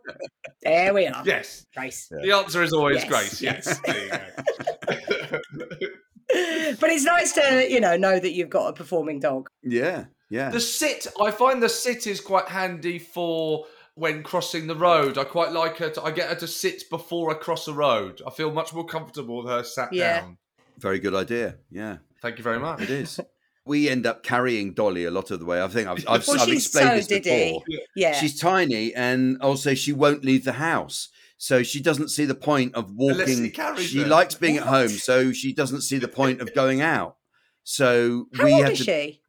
Speaker 7: There we are.
Speaker 3: Yes.
Speaker 7: Grace.
Speaker 3: The answer is always
Speaker 7: Yes,
Speaker 3: Grace.
Speaker 7: yes.
Speaker 3: Yes. There you go.
Speaker 7: But it's nice to, you know, know that you've got a performing dog.
Speaker 2: yeah yeah
Speaker 3: The sit, I find the sit is quite handy for when crossing the road. I quite like her. To, I get her to sit before I cross a road. I feel much more comfortable with her sat
Speaker 7: Yeah.
Speaker 3: down.
Speaker 2: very good idea yeah
Speaker 3: Thank you very much.
Speaker 2: it is. We end up carrying Dolly a lot of the way. I think I've, I've,
Speaker 7: Well,
Speaker 2: I've
Speaker 7: she's
Speaker 2: explained
Speaker 7: so
Speaker 2: this
Speaker 7: diddy.
Speaker 2: before.
Speaker 7: Yeah.
Speaker 2: She's tiny, and also she won't leave the house. So she doesn't see the point of
Speaker 3: Unless she
Speaker 2: walking.
Speaker 3: carries
Speaker 2: She
Speaker 3: her.
Speaker 2: likes being at home, so she doesn't see the point of going out. So
Speaker 7: How
Speaker 2: we
Speaker 7: old
Speaker 2: have
Speaker 7: is
Speaker 2: to.
Speaker 7: she?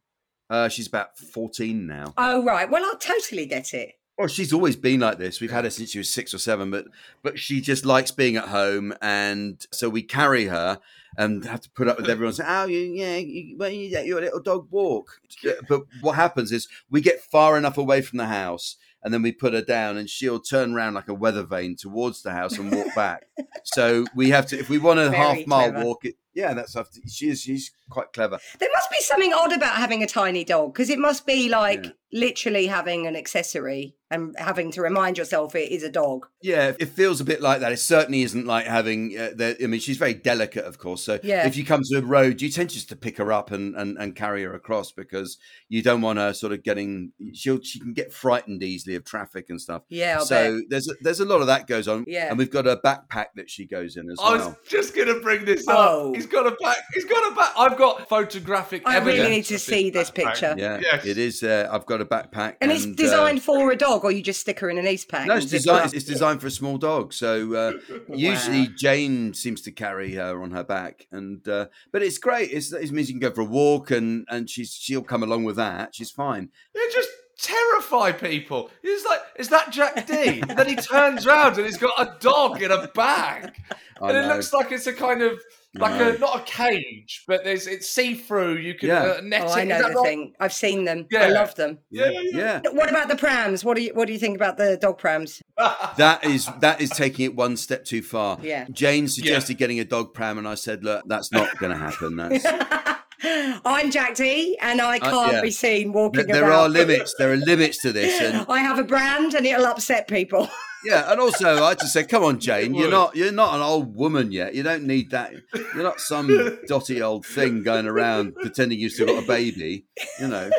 Speaker 2: Uh, she's about fourteen now.
Speaker 7: Oh, right. Well, I totally get it.
Speaker 2: Well, she's always been like this. We've had her since she was six or seven, but but she just likes being at home, and so we carry her and have to put up with everyone saying, "Oh, you, yeah, you, well, you let your little dog walk." But what happens is we get far enough away from the house, and then we put her down, and she'll turn around like a weather vane towards the house and walk back. so we have to, if we want a
Speaker 7: Very
Speaker 2: half mile
Speaker 7: clever.
Speaker 2: walk, it, yeah, that's have to, she is she's quite clever.
Speaker 7: There must be something odd about having a tiny dog because it must be like literally having an accessory and having to remind yourself it is a dog.
Speaker 2: Yeah, it feels a bit like that. It certainly isn't like having. Uh, the, I mean, she's very delicate, of course. So
Speaker 7: Yeah.
Speaker 2: if you come to a road, you tend just to pick her up and, and, and carry her across because you don't want her sort of getting. She'll she can get frightened easily of traffic and stuff.
Speaker 7: Yeah, I'll
Speaker 2: so
Speaker 7: bet.
Speaker 2: there's a, there's a lot of that goes on.
Speaker 7: Yeah.
Speaker 2: and we've got a backpack that she goes in as
Speaker 3: I was
Speaker 2: well.
Speaker 3: just gonna bring this
Speaker 7: Oh.
Speaker 3: up. He's got a back. He's got a back. I've got photographic.
Speaker 7: I really
Speaker 3: evidence
Speaker 7: need to
Speaker 3: of
Speaker 7: see this
Speaker 3: backpack.
Speaker 7: picture.
Speaker 2: Yeah,
Speaker 3: Yes.
Speaker 2: it is. Uh, I've got a backpack,
Speaker 7: And, it's
Speaker 2: uh,
Speaker 7: designed for a dog, or you just stick her in an East pack.
Speaker 2: No, it's designed. It's designed for a small dog. So uh, usually Jane seems to carry her on her back, and uh, but it's great. It's, it means you can go for a walk, and and she's she'll come along with that. She's fine.
Speaker 3: They just terrify people. It's like, is that Jack D? and then he turns round and he's got a dog in a bag,
Speaker 2: I
Speaker 3: and it
Speaker 2: know.
Speaker 3: looks like it's a kind of like
Speaker 2: know.
Speaker 3: a not a cage, but there's it's see through. You can
Speaker 2: Yeah.
Speaker 3: uh, net
Speaker 7: Oh,
Speaker 3: it.
Speaker 7: I
Speaker 3: Is
Speaker 7: know
Speaker 3: that
Speaker 7: the
Speaker 3: right?
Speaker 7: thing. I've seen them. I
Speaker 3: Yeah.
Speaker 7: love them.
Speaker 3: Yeah,
Speaker 2: Yeah,
Speaker 7: What about the prams? What do you What do you think about the dog prams?
Speaker 2: that is that is taking it one step too far.
Speaker 7: Yeah.
Speaker 2: Jane suggested getting a dog pram, and I said, look, that's not going to happen. That's, uh,
Speaker 7: I'm Jack D, and I can't
Speaker 2: yeah.
Speaker 7: be Oh, seen
Speaker 2: there,
Speaker 7: walking
Speaker 2: there are
Speaker 7: around.
Speaker 2: limits. There are limits to this, and
Speaker 7: I have a brand, and it'll upset people.
Speaker 2: Yeah, and also I just said, "Come on, Jane, you're
Speaker 3: would.
Speaker 2: not you're not an old woman yet. You don't need that. You're not some dotty old thing going around pretending you've still got a baby. You know,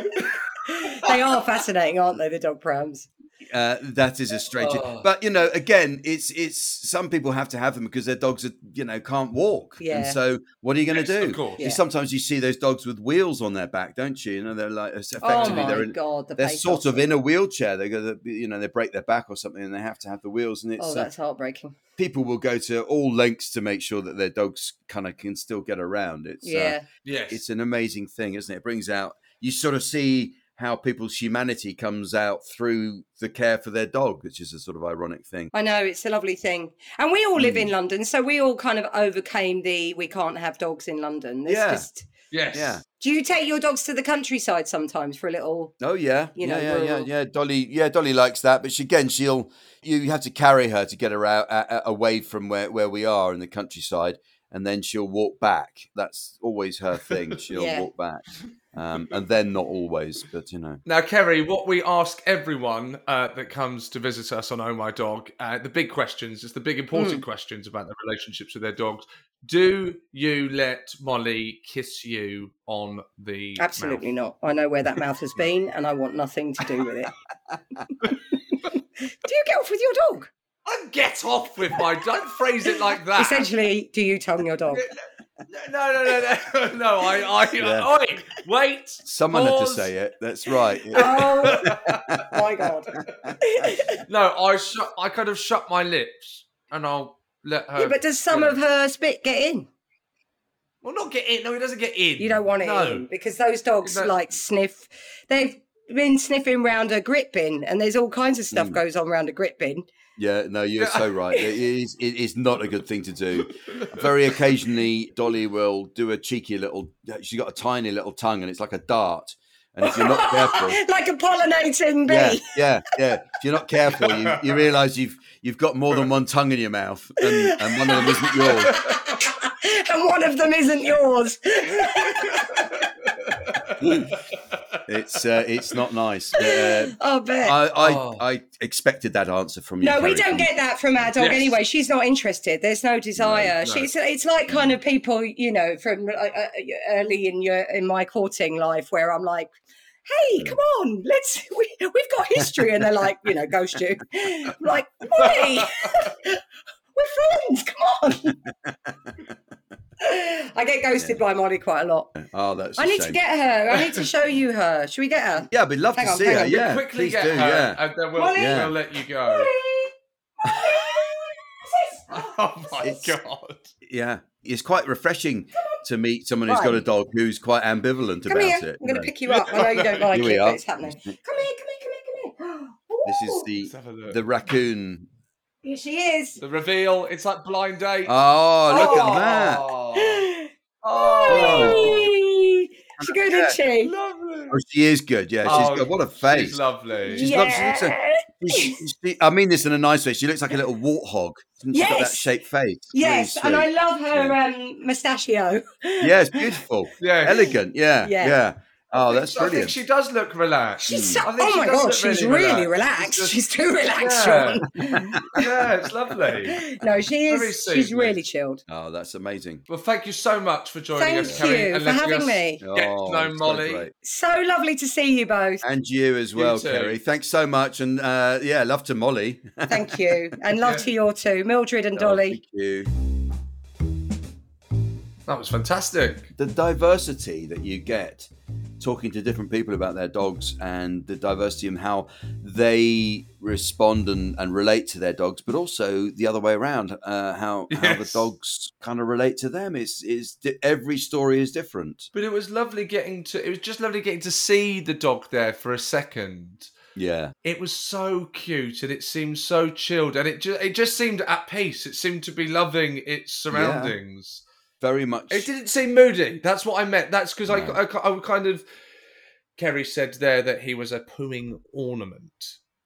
Speaker 7: they are fascinating, aren't they? The dog prams.
Speaker 2: uh, that is a strange.
Speaker 7: Oh.
Speaker 2: But you know, again, it's it's some people have to have them because their dogs are you know can't walk, and
Speaker 7: Yeah.
Speaker 2: so what are you going to
Speaker 3: Yes,
Speaker 2: do?
Speaker 3: of course.
Speaker 2: You- Sometimes you see those dogs with wheels on their back, don't you? You know, they're like it's
Speaker 7: Oh
Speaker 2: effectively
Speaker 7: my
Speaker 2: they're in,
Speaker 7: god, the
Speaker 2: they're
Speaker 7: pathos.
Speaker 2: sort of in a wheelchair. They go, you know, they break their back or something, and they have to have the wheels, and it's
Speaker 7: Oh,
Speaker 2: uh,
Speaker 7: that's heartbreaking.
Speaker 2: people will go to all lengths to make sure that their dogs kind of can still get around. It's uh,
Speaker 7: Yeah.
Speaker 3: Yes.
Speaker 2: it's an amazing thing, isn't it? It brings out you sort of see how people's humanity comes out through the care for their dog, which is a sort of ironic thing.
Speaker 7: I know it's a lovely thing, and we all live
Speaker 2: Hmm.
Speaker 7: in London, so we all kind of overcame the we can't have dogs in London. It's
Speaker 2: Yeah.
Speaker 7: just
Speaker 3: yes.
Speaker 2: Yeah.
Speaker 7: Do you take your dogs to the countryside sometimes for a little?
Speaker 2: Oh yeah,
Speaker 7: You
Speaker 2: yeah,
Speaker 7: know,
Speaker 2: yeah, yeah,
Speaker 7: rural.
Speaker 2: yeah. Dolly, yeah, Dolly likes that, but she, again, she'll you have to carry her to get her out a, a- away from where where we are in the countryside, and then she'll walk back. That's always her thing. She'll
Speaker 7: Yeah.
Speaker 2: walk back, um, and then not always, but you know.
Speaker 3: Now, Kerry, what we ask everyone uh, that comes to visit us on Oh My Dog, uh, the big questions, it's the big
Speaker 7: Hmm.
Speaker 3: important questions about their relationships with their dogs. Do you let Molly kiss you on the
Speaker 7: Absolutely
Speaker 3: mouth?
Speaker 7: not. I know where that mouth has been, and I want nothing to do with it. do you get off with your dog?
Speaker 3: I get off with my. Don't phrase it like that.
Speaker 7: Essentially, do you tongue your dog?
Speaker 3: no, no, no, no, no. I, I,
Speaker 2: Yeah.
Speaker 3: oi, wait.
Speaker 2: Someone had to
Speaker 3: pause.
Speaker 2: say it. That's right.
Speaker 7: Oh my god!
Speaker 3: No, I, shut, I kind of shut my lips, and I'll let her.
Speaker 7: Yeah, but does some of her spit get in?
Speaker 3: Well, not get in. No, he doesn't get in.
Speaker 7: You don't want it
Speaker 3: No.
Speaker 7: in because those dogs
Speaker 3: Exactly.
Speaker 7: like sniff. They've been sniffing round a grit bin, and there's all kinds of
Speaker 2: Hmm.
Speaker 7: stuff goes on round a grit bin.
Speaker 2: Yeah, no, you're so right. It is, it is not a good thing to do. Very occasionally, Dolly will do a cheeky little. She's got a tiny little tongue, and it's like a dart. And if you're not careful,
Speaker 7: like a pollinating bee.
Speaker 2: yeah, yeah, yeah. If you're not careful, you, you realise you've you've got more than one tongue in your mouth, and, and one of them isn't yours.
Speaker 7: and one of them isn't yours.
Speaker 2: It's uh, it's not nice. But, uh,
Speaker 7: I bet.
Speaker 2: I, I
Speaker 3: Oh.
Speaker 2: I expected that answer from you.
Speaker 7: no,
Speaker 2: Kerry.
Speaker 7: we don't get that from our dog
Speaker 3: Yes.
Speaker 7: anyway. She's not interested. There's no desire.
Speaker 3: no.
Speaker 7: She's. It's
Speaker 2: Hmm.
Speaker 7: like kind of people, you know, from uh, uh, early in your in my courting life where I'm like, "Hey, come on, let's. We, we've got history," and they're like, you know, ghost you. I'm like, "Molly, we're friends. Come on." I get ghosted by Molly quite a lot.
Speaker 2: Oh, that's.
Speaker 7: I
Speaker 2: a
Speaker 7: need to
Speaker 2: shame.
Speaker 7: get her. I need to show you her. Should we get her?
Speaker 2: Yeah, we'd love
Speaker 7: Hang
Speaker 2: to
Speaker 7: on,
Speaker 2: see
Speaker 7: hang
Speaker 2: her.
Speaker 7: on.
Speaker 2: Yeah,
Speaker 3: Quickly
Speaker 2: please
Speaker 3: get
Speaker 2: do.
Speaker 3: her,
Speaker 2: Yeah.
Speaker 3: and then we'll,
Speaker 7: Molly?
Speaker 2: Yeah.
Speaker 3: we'll let you go. Oh my
Speaker 2: It's-
Speaker 3: god!
Speaker 2: yeah, it's quite refreshing to meet someone who's got a
Speaker 7: Right.
Speaker 2: dog who's quite ambivalent
Speaker 7: Come
Speaker 2: about it.
Speaker 7: here. I'm going
Speaker 2: you
Speaker 7: to
Speaker 2: know.
Speaker 7: pick you up. I know you don't like
Speaker 2: Here we
Speaker 7: it,
Speaker 2: are.
Speaker 7: but it's happening. Come here, come here, come here, come here.
Speaker 2: This
Speaker 7: Ooh,
Speaker 2: is the
Speaker 3: Let's have a look.
Speaker 2: the raccoon.
Speaker 7: here she is.
Speaker 3: The reveal. It's like blind date.
Speaker 2: Oh, look at that!
Speaker 3: Oh.
Speaker 7: Hey! She's good, isn't she?
Speaker 3: Lovely.
Speaker 2: Oh, she is good. Yeah, she's
Speaker 3: Oh,
Speaker 2: good. What a
Speaker 3: She's
Speaker 2: face!
Speaker 3: lovely.
Speaker 2: She's lovely. She looks like- She's- she- I mean this in a nice way. She looks like a little warthog. She's got that
Speaker 7: Yes.
Speaker 2: shaped face.
Speaker 7: Yes,
Speaker 2: Really
Speaker 7: and I
Speaker 2: sweet.
Speaker 7: love her um, mustachio.
Speaker 2: Yes, beautiful,
Speaker 3: Yeah.
Speaker 2: elegant. Yeah, yeah.
Speaker 7: Yeah.
Speaker 2: Oh, that's
Speaker 3: I think
Speaker 2: brilliant.
Speaker 3: she does look relaxed.
Speaker 7: She's so,
Speaker 3: I
Speaker 7: oh
Speaker 3: think she
Speaker 7: my
Speaker 3: does
Speaker 7: god,
Speaker 3: look
Speaker 7: she's
Speaker 3: really
Speaker 7: really
Speaker 3: relaxed.
Speaker 7: relaxed.
Speaker 3: She's
Speaker 7: She's, too relaxed,
Speaker 3: Yeah.
Speaker 7: Sean.
Speaker 3: yeah, it's lovely.
Speaker 7: no, she
Speaker 3: Very
Speaker 7: is.
Speaker 3: soothing.
Speaker 7: She's really chilled.
Speaker 2: Oh, that's amazing.
Speaker 3: Well, thank you so much for joining
Speaker 7: Thank
Speaker 3: us, Kerry,
Speaker 7: you
Speaker 3: and
Speaker 7: for
Speaker 3: letting
Speaker 7: having
Speaker 3: us
Speaker 7: me.
Speaker 3: Get to
Speaker 2: Oh,
Speaker 3: know
Speaker 2: so
Speaker 3: Molly.
Speaker 2: great.
Speaker 7: So lovely to see you both.
Speaker 2: And you as well,
Speaker 3: too.
Speaker 2: Kerry. Thanks so much, and uh, yeah, love to Molly.
Speaker 7: Thank you, and love to your two, Mildred and
Speaker 2: Oh,
Speaker 7: Dolly.
Speaker 2: thank you.
Speaker 3: That was fantastic.
Speaker 2: the diversity that you get talking to different people about their dogs and the diversity in how they respond and, and relate to their dogs, but also the other way around, uh, how, how the
Speaker 3: Yes.
Speaker 2: dogs kind of relate to them. It's, it's di- every story is different.
Speaker 3: But it was lovely getting to. It was just lovely getting to see the dog there for a second.
Speaker 2: Yeah.
Speaker 3: It was so cute, and it seemed so chilled, and it just it just seemed at peace. It seemed to be loving its surroundings.
Speaker 2: Very much.
Speaker 3: It didn't seem moody. That's what I meant. That's because
Speaker 2: No.
Speaker 3: I, I I kind of. Kerry said there that he was a pooing ornament.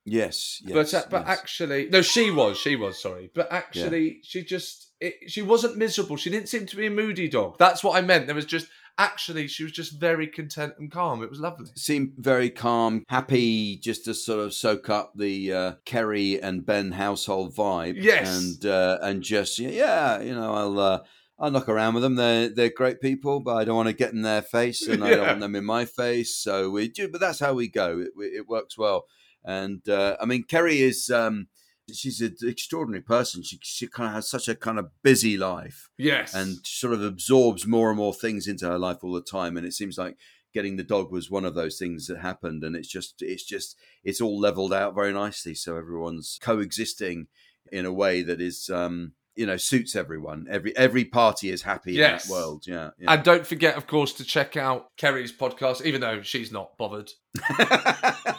Speaker 2: yes. yes
Speaker 3: but uh, but
Speaker 2: yes.
Speaker 3: actually, no, she was, she was. Sorry, but actually, she just it, she wasn't miserable. She didn't seem to be a moody dog. That's what I meant. There was just actually, she was just very content and calm. It was lovely.
Speaker 2: seemed very calm, happy, just to sort of soak up the uh, Kerry and Ben household vibe.
Speaker 3: Yes.
Speaker 2: and uh, and just yeah, yeah, you know, I'll uh, I'll knock around with them. They're they're great people, but I don't want to get in their face, and I don't
Speaker 3: Yeah.
Speaker 2: want them in my face. So we do, but that's how we go. It, we- it works well, and uh, I mean, Kerry is. Um, She's an extraordinary person. She she kind of has such a kind of busy life,
Speaker 3: Yes,
Speaker 2: and sort of absorbs more and more things into her life all the time and it seems like getting the dog was one of those things that happened and it's just it's just it's all leveled out very nicely so everyone's coexisting in a way that is um you know suits everyone every every party is happy
Speaker 3: Yes.
Speaker 2: in that world yeah, yeah.
Speaker 3: and don't forget, of course, to check out Kerry's podcast, even though she's not bothered.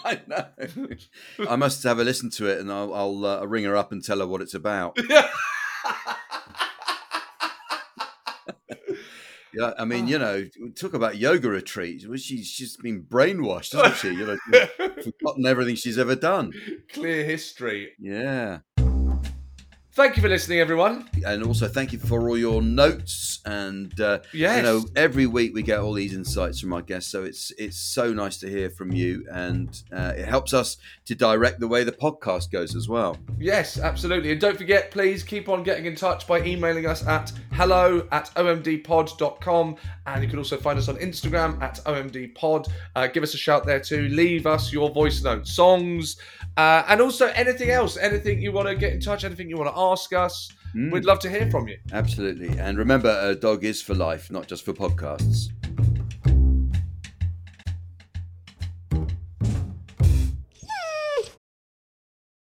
Speaker 2: I know. I must have a listen to it, and I'll, I'll uh, ring her up and tell her what it's about. Yeah, I mean, you know, talk about yoga retreats. Well, she's she's been brainwashed, hasn't she? You know, forgotten everything she's ever done.
Speaker 3: Clear history.
Speaker 2: Yeah.
Speaker 3: Thank you for listening, everyone.
Speaker 2: And also, thank you for all your notes. And uh, you
Speaker 3: Yes.
Speaker 2: know, every week we get all these insights from our guests, so it's it's so nice to hear from you, and uh, it helps us to direct the way the podcast goes as well.
Speaker 3: Yes, absolutely. And don't forget, please keep on getting in touch by emailing us at hello at omdpod.com. And you can also find us on Instagram at omdpod. Uh, give us a shout there too. Leave us your voice notes, songs, uh, and also anything else, anything you want to get in touch, anything you want to ask us. We'd love to hear from you.
Speaker 2: Absolutely. And remember, a dog is for life, not just for podcasts.